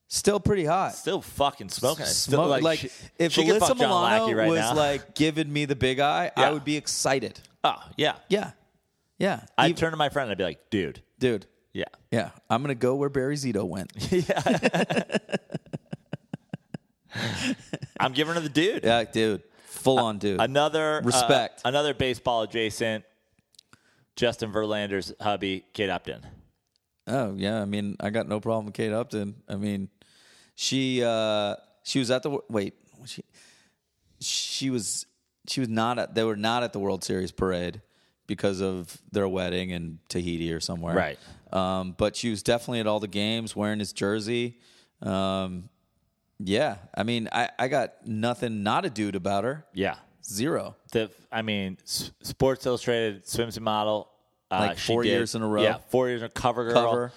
B: still pretty hot.
A: still fucking smoking. it. Still,
B: Smoke- like,
A: she-
B: if
A: she could
B: Alyssa
A: fuck John
B: Milano
A: Lackey right
B: was
A: now.
B: like giving me the big eye,
A: Yeah.
B: I would be excited.
A: oh yeah,
B: Yeah, yeah.
A: I'd
B: Even-
A: turn to my friend and I'd be like, dude,
B: dude.
A: yeah,
B: Yeah, I'm gonna go where Barry Zito went.
A: I'm giving her the dude.
B: yeah, dude, full on dude.
A: Another uh,
B: Respect.
A: another baseball adjacent. Justin Verlander's hubby, Kate Upton.
B: oh yeah, I mean, I got no problem with Kate Upton. I mean, she uh she was at the wait, was she she was she was not at they were not at the World Series parade because of their wedding in Tahiti or somewhere.
A: Right.
B: Um, but she was definitely at all the games wearing his jersey. Um, yeah, I mean, I I got nothing not a dude about her.
A: Yeah,
B: Zero.
A: the I mean, S- Sports Illustrated swimsuit model. Uh,
B: Like
A: she
B: four
A: did-
B: years in a row.
A: Yeah, four years in a cover girl.
B: Cover.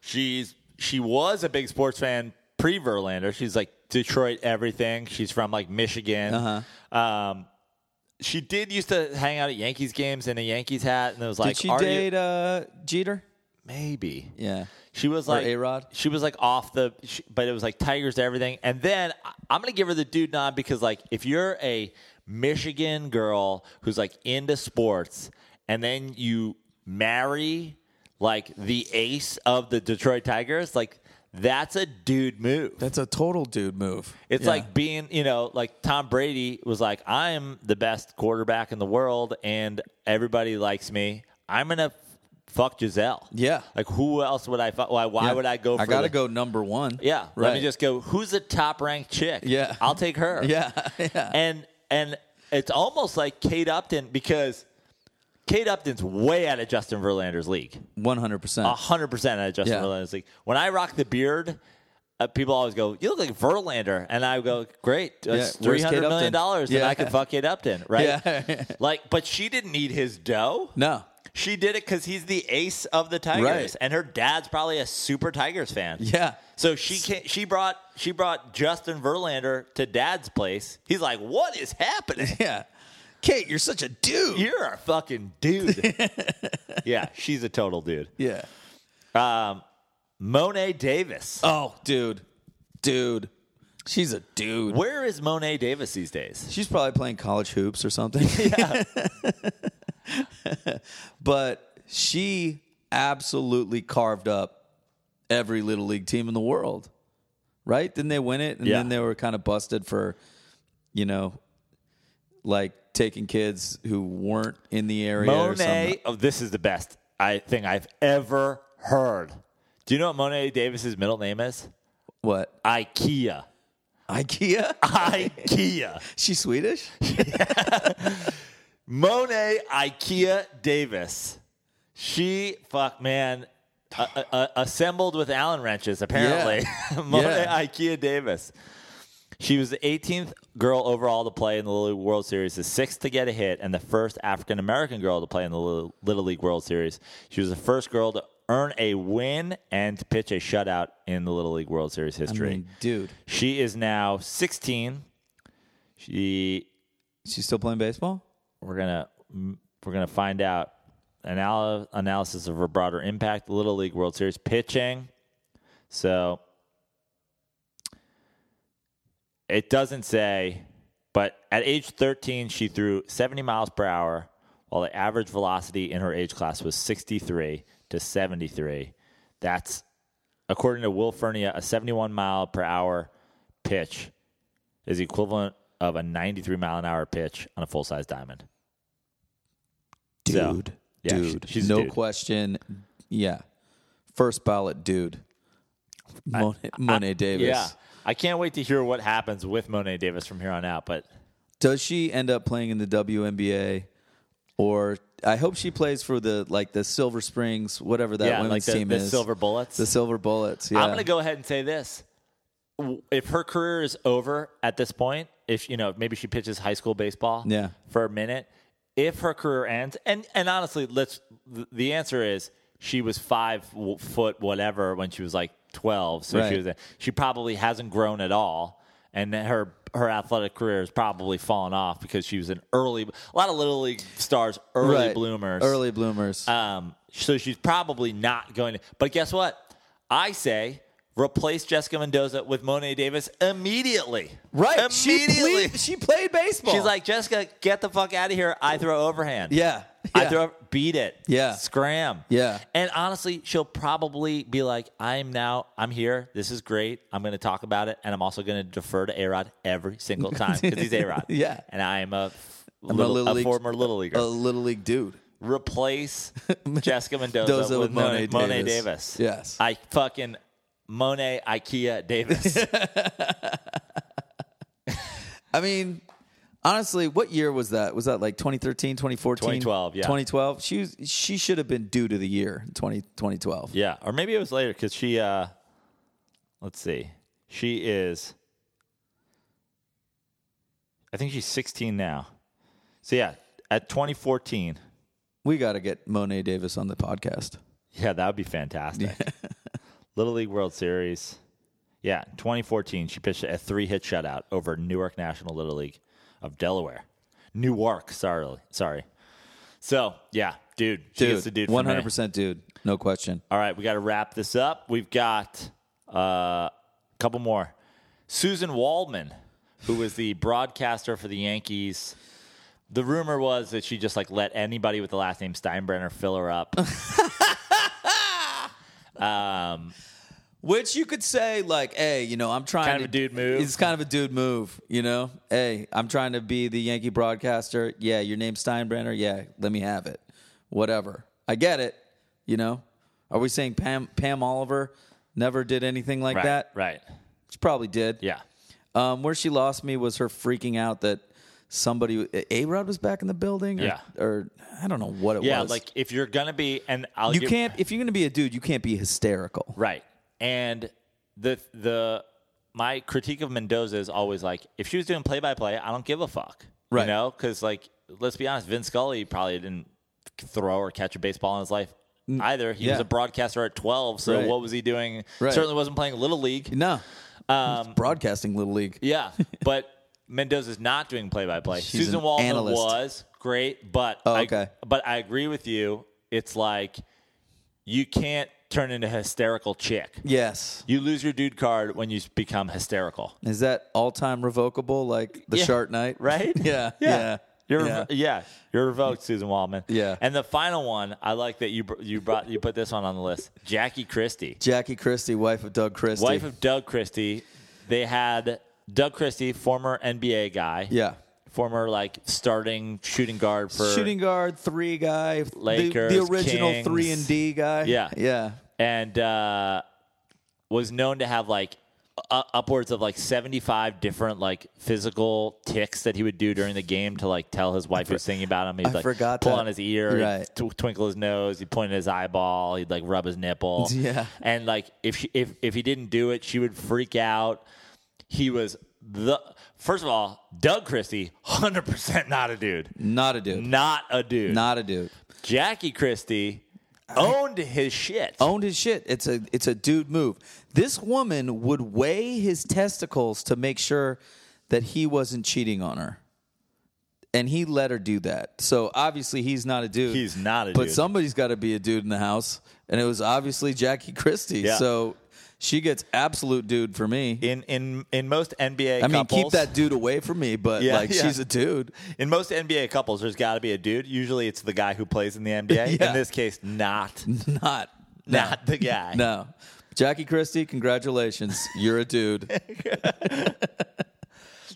A: She's she was a big sports fan pre Verlander. She's like Detroit everything. She's from like Michigan. Uh-huh. Um, she did used to hang out at Yankees games in a Yankees hat, and it was like,
B: Did she
A: are you-
B: date uh, Jeter?
A: maybe?
B: Yeah.
A: She was like
B: A-Rod?
A: She was like off the, she, but it was like Tigers to everything. And then I- I'm gonna give her the dude nod because like if you're a Michigan girl who's like into sports, and then you marry like the ace of the Detroit Tigers, like That's a dude move.
B: That's a total dude move.
A: It's
B: Yeah.
A: like being, you know, like Tom Brady was like, I am the best quarterback in the world and everybody likes me. I'm going to fuck Giselle.
B: Yeah.
A: Like, who else would I fuck? Why, why
B: Yeah.
A: would I go for
B: I gotta
A: the-
B: go number one.
A: Yeah.
B: right.
A: Let me just go, who's the top ranked chick?
B: Yeah.
A: I'll take her.
B: Yeah, yeah.
A: And, and it's almost like Kate Upton because Kate Upton's way out of Justin Verlander's league.
B: One hundred
A: A
B: percent.
A: hundred percent at Justin
B: Yeah.
A: Verlander's league. When I rock the beard, uh, people always go, "You look like Verlander," and I go, "Great, that's
B: Yeah,
A: three
B: where's Kate
A: hundred million dollars,
B: Upton?
A: and
B: Yeah.
A: I can fuck Kate Upton, right?"
B: Yeah.
A: like, but she didn't need his dough.
B: No.
A: She did it because he's the ace of the Tigers,
B: Right.
A: and her dad's probably a super Tigers fan.
B: Yeah.
A: So she can she brought she brought Justin Verlander to dad's place. He's like, "What is happening?"
B: Yeah. Kate, you're such a dude.
A: You're a fucking dude. yeah, she's a total dude. Um,
B: Yeah.
A: Monet Davis.
B: Oh, dude. Dude. She's a dude.
A: Where is Monet Davis these days?
B: She's probably playing college hoops or something. but she absolutely carved up every little league team in the world. Right? Didn't they win it? And
A: Yeah.
B: then they were kind of busted for, you know, like taking kids who weren't in the area or something.
A: Monet. Oh, this is the best I thing I've ever heard. Do you know what Monet Davis's middle name is?
B: What?
A: IKEA.
B: IKEA?
A: IKEA.
B: She's Swedish?
A: Monet IKEA Davis. She fuck man. Uh, uh, uh, assembled with Allen wrenches, apparently. Monet
B: Yeah.
A: IKEA Davis. She was the 18th girl overall to play in the Little League World Series, the sixth to get a hit, and the first African American girl to play in the Little Little League World Series. She was the first girl to earn a win and to pitch a shutout in the Little League World Series
B: I
A: history.
B: mean, dude.
A: she is now 16. She
B: She's still playing baseball?
A: we're gonna we're gonna find out an al- analysis of her broader impact, the Little League World Series pitching. So it doesn't say, but at age 13, she threw 70 miles per hour, while the average velocity in her age class was 63 to 73. That's according to Will Furnia, a 71 mile per hour pitch is the equivalent of a 93 mile an hour pitch on a full size diamond. So,
B: dude.
A: yeah, she-
B: dude.
A: she's a
B: no
A: dude.
B: question. Yeah. First ballot dude. Mon- Monet Davis.
A: Yeah. I can't wait to hear what happens with Monet Davis from here on out, but
B: Does she end up playing in the WNBA or I hope she plays for the like the Silver Springs, whatever that
A: yeah, like
B: women's
A: the,
B: team
A: the
B: is.
A: Silver Bullets.
B: the Silver Bullets. Yeah.
A: I'm going to go ahead and say this. W- If her career is over at this point, if you know, maybe she pitches high school baseball
B: Yeah.
A: for a minute, if her career ends and and honestly, let's th- the answer is she was 5 w- foot whatever when she was like 12, so she
B: Right.
A: was a- she probably hasn't grown at all and that her her athletic career has probably fallen off because she was an early a lot of little league stars early
B: Right.
A: bloomers.
B: Early bloomers.
A: Um, so she's probably not going to. But guess what? I say replace Jessica Mendoza with Monet Davis immediately.
B: right. She
A: Immediately.
B: played, she played baseball.
A: she's like, Jessica, get the fuck out of here. I throw overhand.
B: Yeah.
A: I
B: Yeah.
A: throw beat it.
B: Yeah.
A: Scram.
B: Yeah.
A: And honestly, she'll probably be like, I'm now, I'm here. This is great. I'm going to talk about it. And I'm also going to defer to A Rod every single time because he's A Rod.
B: Yeah.
A: And I am a,
B: a
A: little,
B: Little
A: a
B: League-
A: former Little Leaguer
B: a little league dude.
A: replace Jessica Mendoza
B: Mendoza
A: with,
B: with
A: Monet,
B: Monet
A: Monet Davis.
B: Davis. Yes.
A: I fucking Monet IKEA Davis.
B: I mean, honestly, what year was that? Was that like 2013, 2014?
A: 2012, yeah.
B: 2012. She was, she should have been due to the year in 20, 2012.
A: yeah, or maybe it was later because she. uh Let's see, she is. I think she's 16 now. So yeah, at 2014.
B: We got to get Monet Davis on the podcast.
A: Yeah, that would be fantastic. Little League World Series. Yeah, 2014, she pitched a three hit shutout over Newark National Little League of Delaware. Newark, sorry. sorry. So, yeah, dude, she
B: Dude,
A: is the dude. for me.
B: 100% dude. No question.
A: All right, we got to wrap this up. We've got uh, a couple more. Susan Waldman, who was the broadcaster for the Yankees. The rumor was that she just like let anybody with the last name Steinbrenner fill her up.
B: Which you could say, like, hey, you know, I'm trying
A: Kind
B: to,
A: of a dude move.
B: It's kind of a dude move, you know. Hey, I'm trying to be the Yankee broadcaster. Yeah, your name's Steinbrenner. Yeah, let me have it. Whatever. I get it. You know. Are we saying Pam Pam Oliver never did anything like
A: Right.
B: that?
A: Right.
B: She probably did.
A: Yeah.
B: Um, where she lost me was her freaking out that somebody A Rod was back in the building. Or,
A: Yeah.
B: Or I don't know what it
A: Yeah.
B: was.
A: Like if you're gonna be, and I'll
B: you
A: give-
B: can't if you're gonna be a dude, you can't be hysterical.
A: Right. And the the my critique of Mendoza is always like, if she was doing play by play, I don't give a fuck. You
B: Right.
A: know, because like, let's be honest, Vin Scully probably didn't throw or catch a baseball in his life either. He was
B: yeah.
A: a broadcaster at twelve, so
B: Right.
A: what was he doing?
B: Right.
A: Certainly wasn't playing little league.
B: No.
A: Um,
B: Broadcasting Little League.
A: yeah, but Mendoza's not doing play by play.
B: She's
A: Susan
B: an
A: Walton
B: analyst.
A: was great, but
B: Oh,
A: I,
B: okay.
A: but I agree with you. It's like you can't turn into a hysterical chick.
B: Yes.
A: You lose your dude card when you become hysterical,
B: Is that all time revocable like the
A: Yeah.
B: Shark Night?
A: right?
B: yeah.
A: yeah.
B: Yeah.
A: You're
B: yeah.
A: yeah. you're revoked, Susan Waldman.
B: Yeah.
A: and the final one, I like that you br- you brought you put this one on the list. Jackie Christie,
B: Jackie Christie, wife of Doug Christie.
A: wife of Doug Christie. They had Doug Christie, former NBA guy,
B: Yeah.
A: former like starting shooting guard for
B: Shooting guard, three guy, the-
A: Lakers,
B: the, original
A: Kings.
B: three and D guy.
A: Yeah.
B: Yeah.
A: and uh, was known to have like u- upwards of like 75 different like physical ticks that he would do during the game to like tell his wife who's thinking about him. He'd
B: I
A: like
B: forgot
A: pull
B: that.
A: on his ear, he'd
B: Right.
A: tw- twinkle his nose, he'd point at his eyeball, he'd like rub his nipple.
B: Yeah.
A: and like if she, if if he didn't do it, she would freak out. He was the first of all, Doug Christie, 100 percent not a dude,
B: Not a dude.
A: not a dude.
B: Not a dude.
A: Jackie Christie owned his shit.
B: owned his shit. It's a it's a dude move. This woman would weigh his testicles to make sure that he wasn't cheating on her. And he let her do that. So obviously he's not a dude.
A: He's not a
B: but
A: dude.
B: somebody's got to be a dude in the house, and it was obviously Jackie Christie.
A: Yeah.
B: So she gets absolute dude for me.
A: in in in most NBA.
B: I mean, keep
A: couples-
B: that dude away from me, but
A: Yeah,
B: like
A: yeah.
B: she's a dude.
A: In most NBA couples, there's got to be a dude. Usually, it's the guy who plays in the NBA.
B: Yeah.
A: In this case, not
B: Not
A: not the guy.
B: no. Jackie Christie, congratulations. You're a dude.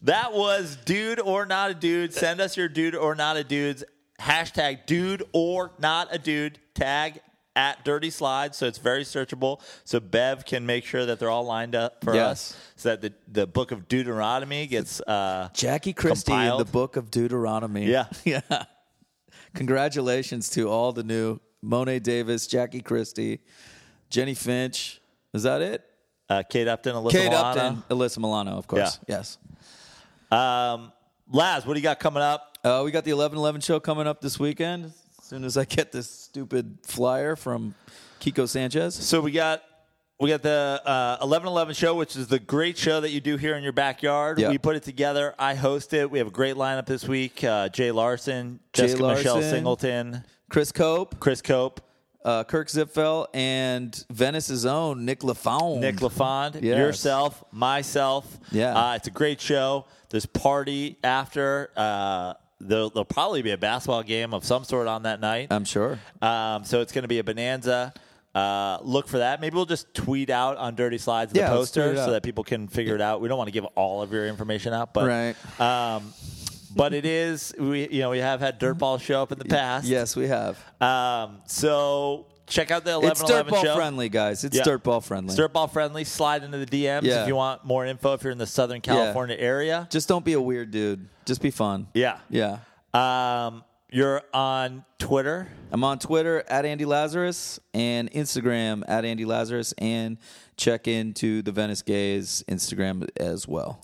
A: That was dude or not a dude. Send us your dude or not a dudes. Hashtag dude or not a dude. Tag at Dirty Slide. So it's very searchable. So Bev can make sure that they're all lined up for
B: Yes.
A: us so that the, the book of Deuteronomy gets. Uh,
B: Jackie Christie in the
A: Compiled.
B: book of Deuteronomy.
A: Yeah.
B: Yeah. Congratulations to all the new Monet Davis, Jackie Christie, Jenny Finch. Is that it?
A: uh, Kate Upton, Alyssa
B: Kate
A: Milano.
B: Upton, Alyssa Milano, of course.
A: Yeah.
B: Yes.
A: Um, Laz, what do you got coming up?
B: Uh, we got the 1111 show coming up this weekend. As soon as I get this stupid flyer from Kiko Sanchez.
A: So we got we got the uh, eleven eleven show, which is the great show that you do here in your backyard.
B: Yeah.
A: We put it together. I host it. We have a great lineup this week: uh, Jay Larson, Jessica Michelle
B: Larson.
A: Singleton,
B: Chris Cope,
A: Chris Cope,
B: uh, Kirk Zipfel, and Venice's own Nick LaFaune.
A: Nick Lafond,
B: Yes.
A: yourself, myself.
B: Yeah.
A: uh, it's a great show. There's party after. Uh, there'll, there'll probably be a basketball game of some sort on that night.
B: I'm sure.
A: Um, so it's going to be a bonanza. Uh, look for that. Maybe we'll just tweet out on Dirty Slides the
B: Yeah, let's tweet
A: poster
B: it out.
A: so that people can figure it out. We don't want to give all of your information out, but
B: Right.
A: um, but it is we you know we have had dirtballs show up in the past.
B: Yes, we have.
A: Um, so check out the eleven
B: It's
A: eleven
B: dirtball
A: show.
B: friendly, guys. It's
A: Yeah.
B: dirtball friendly.
A: It's dirtball friendly. Slide into the DMs
B: Yeah.
A: if you want more info. If you're in the Southern California area,
B: Just don't be a weird dude. Just be fun.
A: yeah.
B: Yeah.
A: Um, you're on Twitter.
B: I'm on Twitter at Andy Lazarus and Instagram at Andy Lazarus and check into the Venice Gays Instagram as well.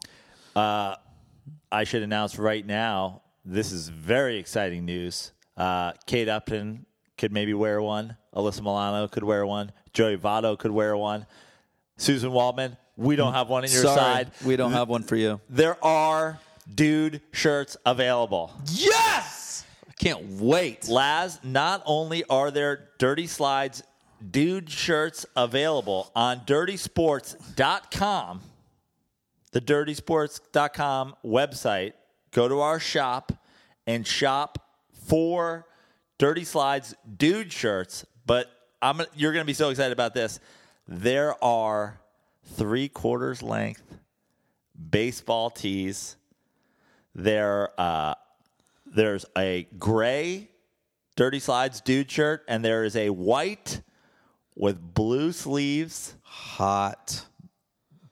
A: I should announce right now. This is very exciting news. Uh, Kate Upton could maybe wear one. Alyssa Milano could wear one. Joey Votto could wear one. Susan Waldman, we don't have one on your
B: Sorry,
A: side.
B: we don't have one for you.
A: There are dude shirts available.
B: Yes! I can't wait.
A: Laz, not only are there Dirty Slides dude shirts available on dirtysports.com, the dirtysports.com website, go to our shop and shop for Dirty Slides dude shirts. But I'm you're going to be so excited about this. there are three quarters length baseball tees. There, uh, there's a gray Dirty Slides dude shirt, and there is a white with blue sleeves
B: Hot.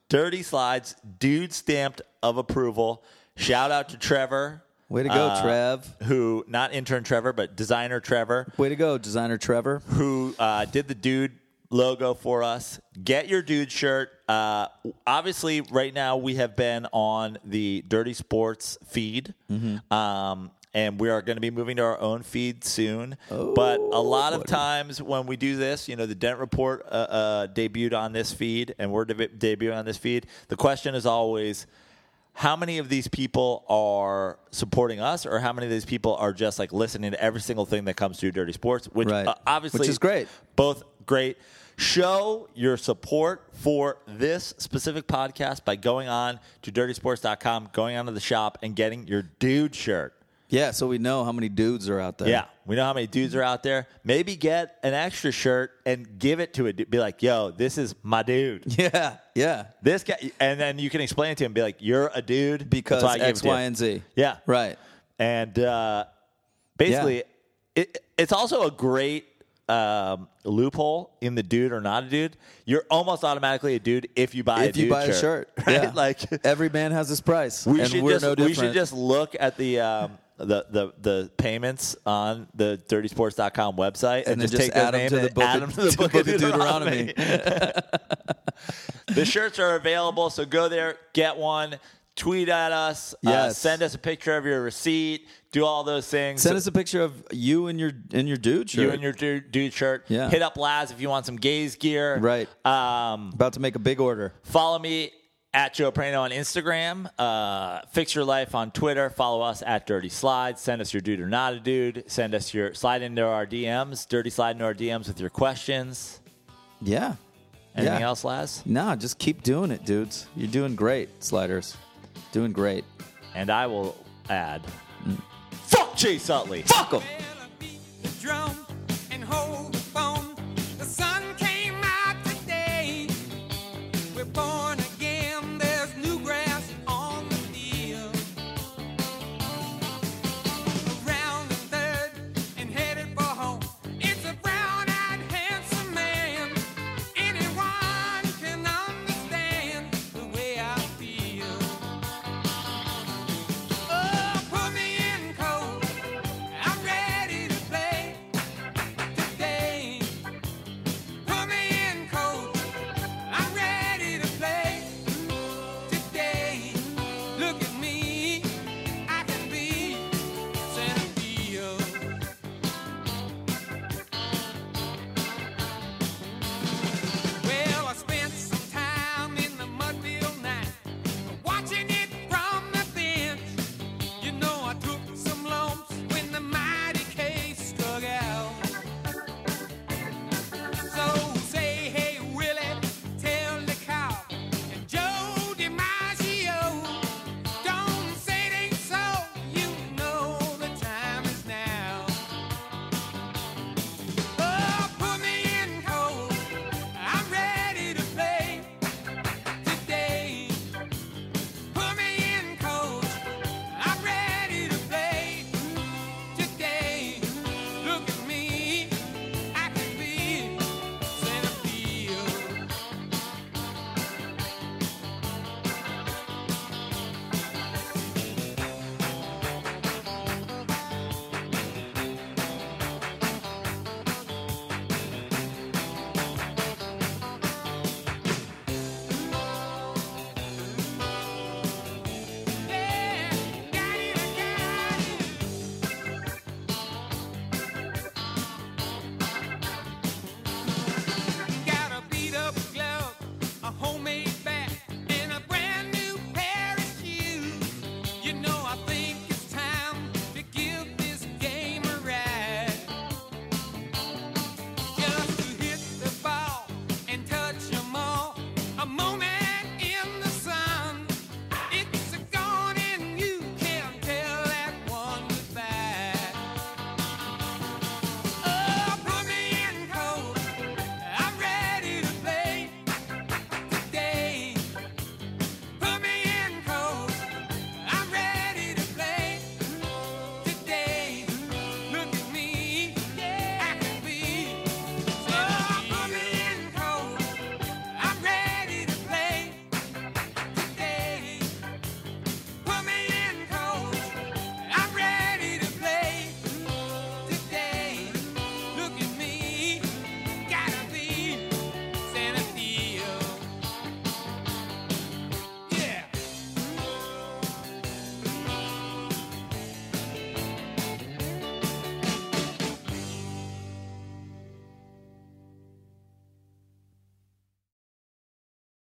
A: Dirty Slides dude stamped of approval. Shout out to Trevor,
B: Way to go,
A: Uh,
B: Trev.
A: who not intern Trevor, but designer Trevor,
B: Way to go, designer Trevor.
A: who uh, did the dude logo for us. Get your dude shirt. Uh, obviously, right now we have been on the Dirty Sports feed, um, and we are going to be moving to our own feed soon. but a lot of times when we do this, you know, the Dent Report uh, uh, debuted on this feed, and we're deb- debuting on this feed. The question is always. How many of these people are supporting us, or how many of these people are just like listening to every single thing that comes through Dirty Sports? Which
B: Right.
A: uh, obviously
B: Which is great.
A: both great. Show your support for this specific podcast by going on to dirtysports.com, going onto the shop, and getting your dude shirt.
B: Yeah, so we know how many dudes are out there.
A: Yeah, we know how many dudes are out there. Maybe get an extra shirt and give it to a dude. Be like, yo, this is my dude.
B: Yeah, yeah.
A: This guy, and then you can explain it to him. Be like, you're a dude That's
B: Because
A: why I gave
B: X,
A: it to you."
B: Y, and Z.
A: Yeah,
B: Right.
A: and uh, basically,
B: Yeah.
A: it, it's also a great um, loophole in the dude or not a dude. You're almost automatically a dude if you buy a
B: If you
A: dude
B: buy
A: shirt,
B: a shirt,
A: right?
B: yeah.
A: Like
B: every man has his price,
A: we
B: and
A: should
B: we're
A: just
B: no
A: we
B: different.
A: should just look at the. Um, the, the the payments on the dirtysports.com website and,
B: And then
A: just,
B: just
A: take
B: add
A: those
B: 'em
A: names
B: to the
A: and
B: book
A: add
B: of-
A: them to the book, of Deuteronomy. The shirts are available, so go there, get one, tweet at us, uh,
B: Yes.
A: send us a picture of your receipt, do all those things.
B: Send us a picture of you and your and your dude shirt.
A: you and your dude, dude shirt.
B: Yeah.
A: Hit up Laz if you want some gaze gear.
B: Right.
A: Um,
B: about to make a big order.
A: follow me at Joe Prano on Instagram. Uh, fix your life on Twitter. Follow us at Dirty Slides. Send us your dude or not a dude. Send us your slide into our DMs. Dirty slide into our DMs with your questions.
B: Yeah.
A: Anything
B: yeah.
A: else, Laz?
B: Nah, just keep doing it, dudes. You're doing great, sliders. Doing great.
A: And I will add. Fuck Chase Utley.
B: Fuck 'em.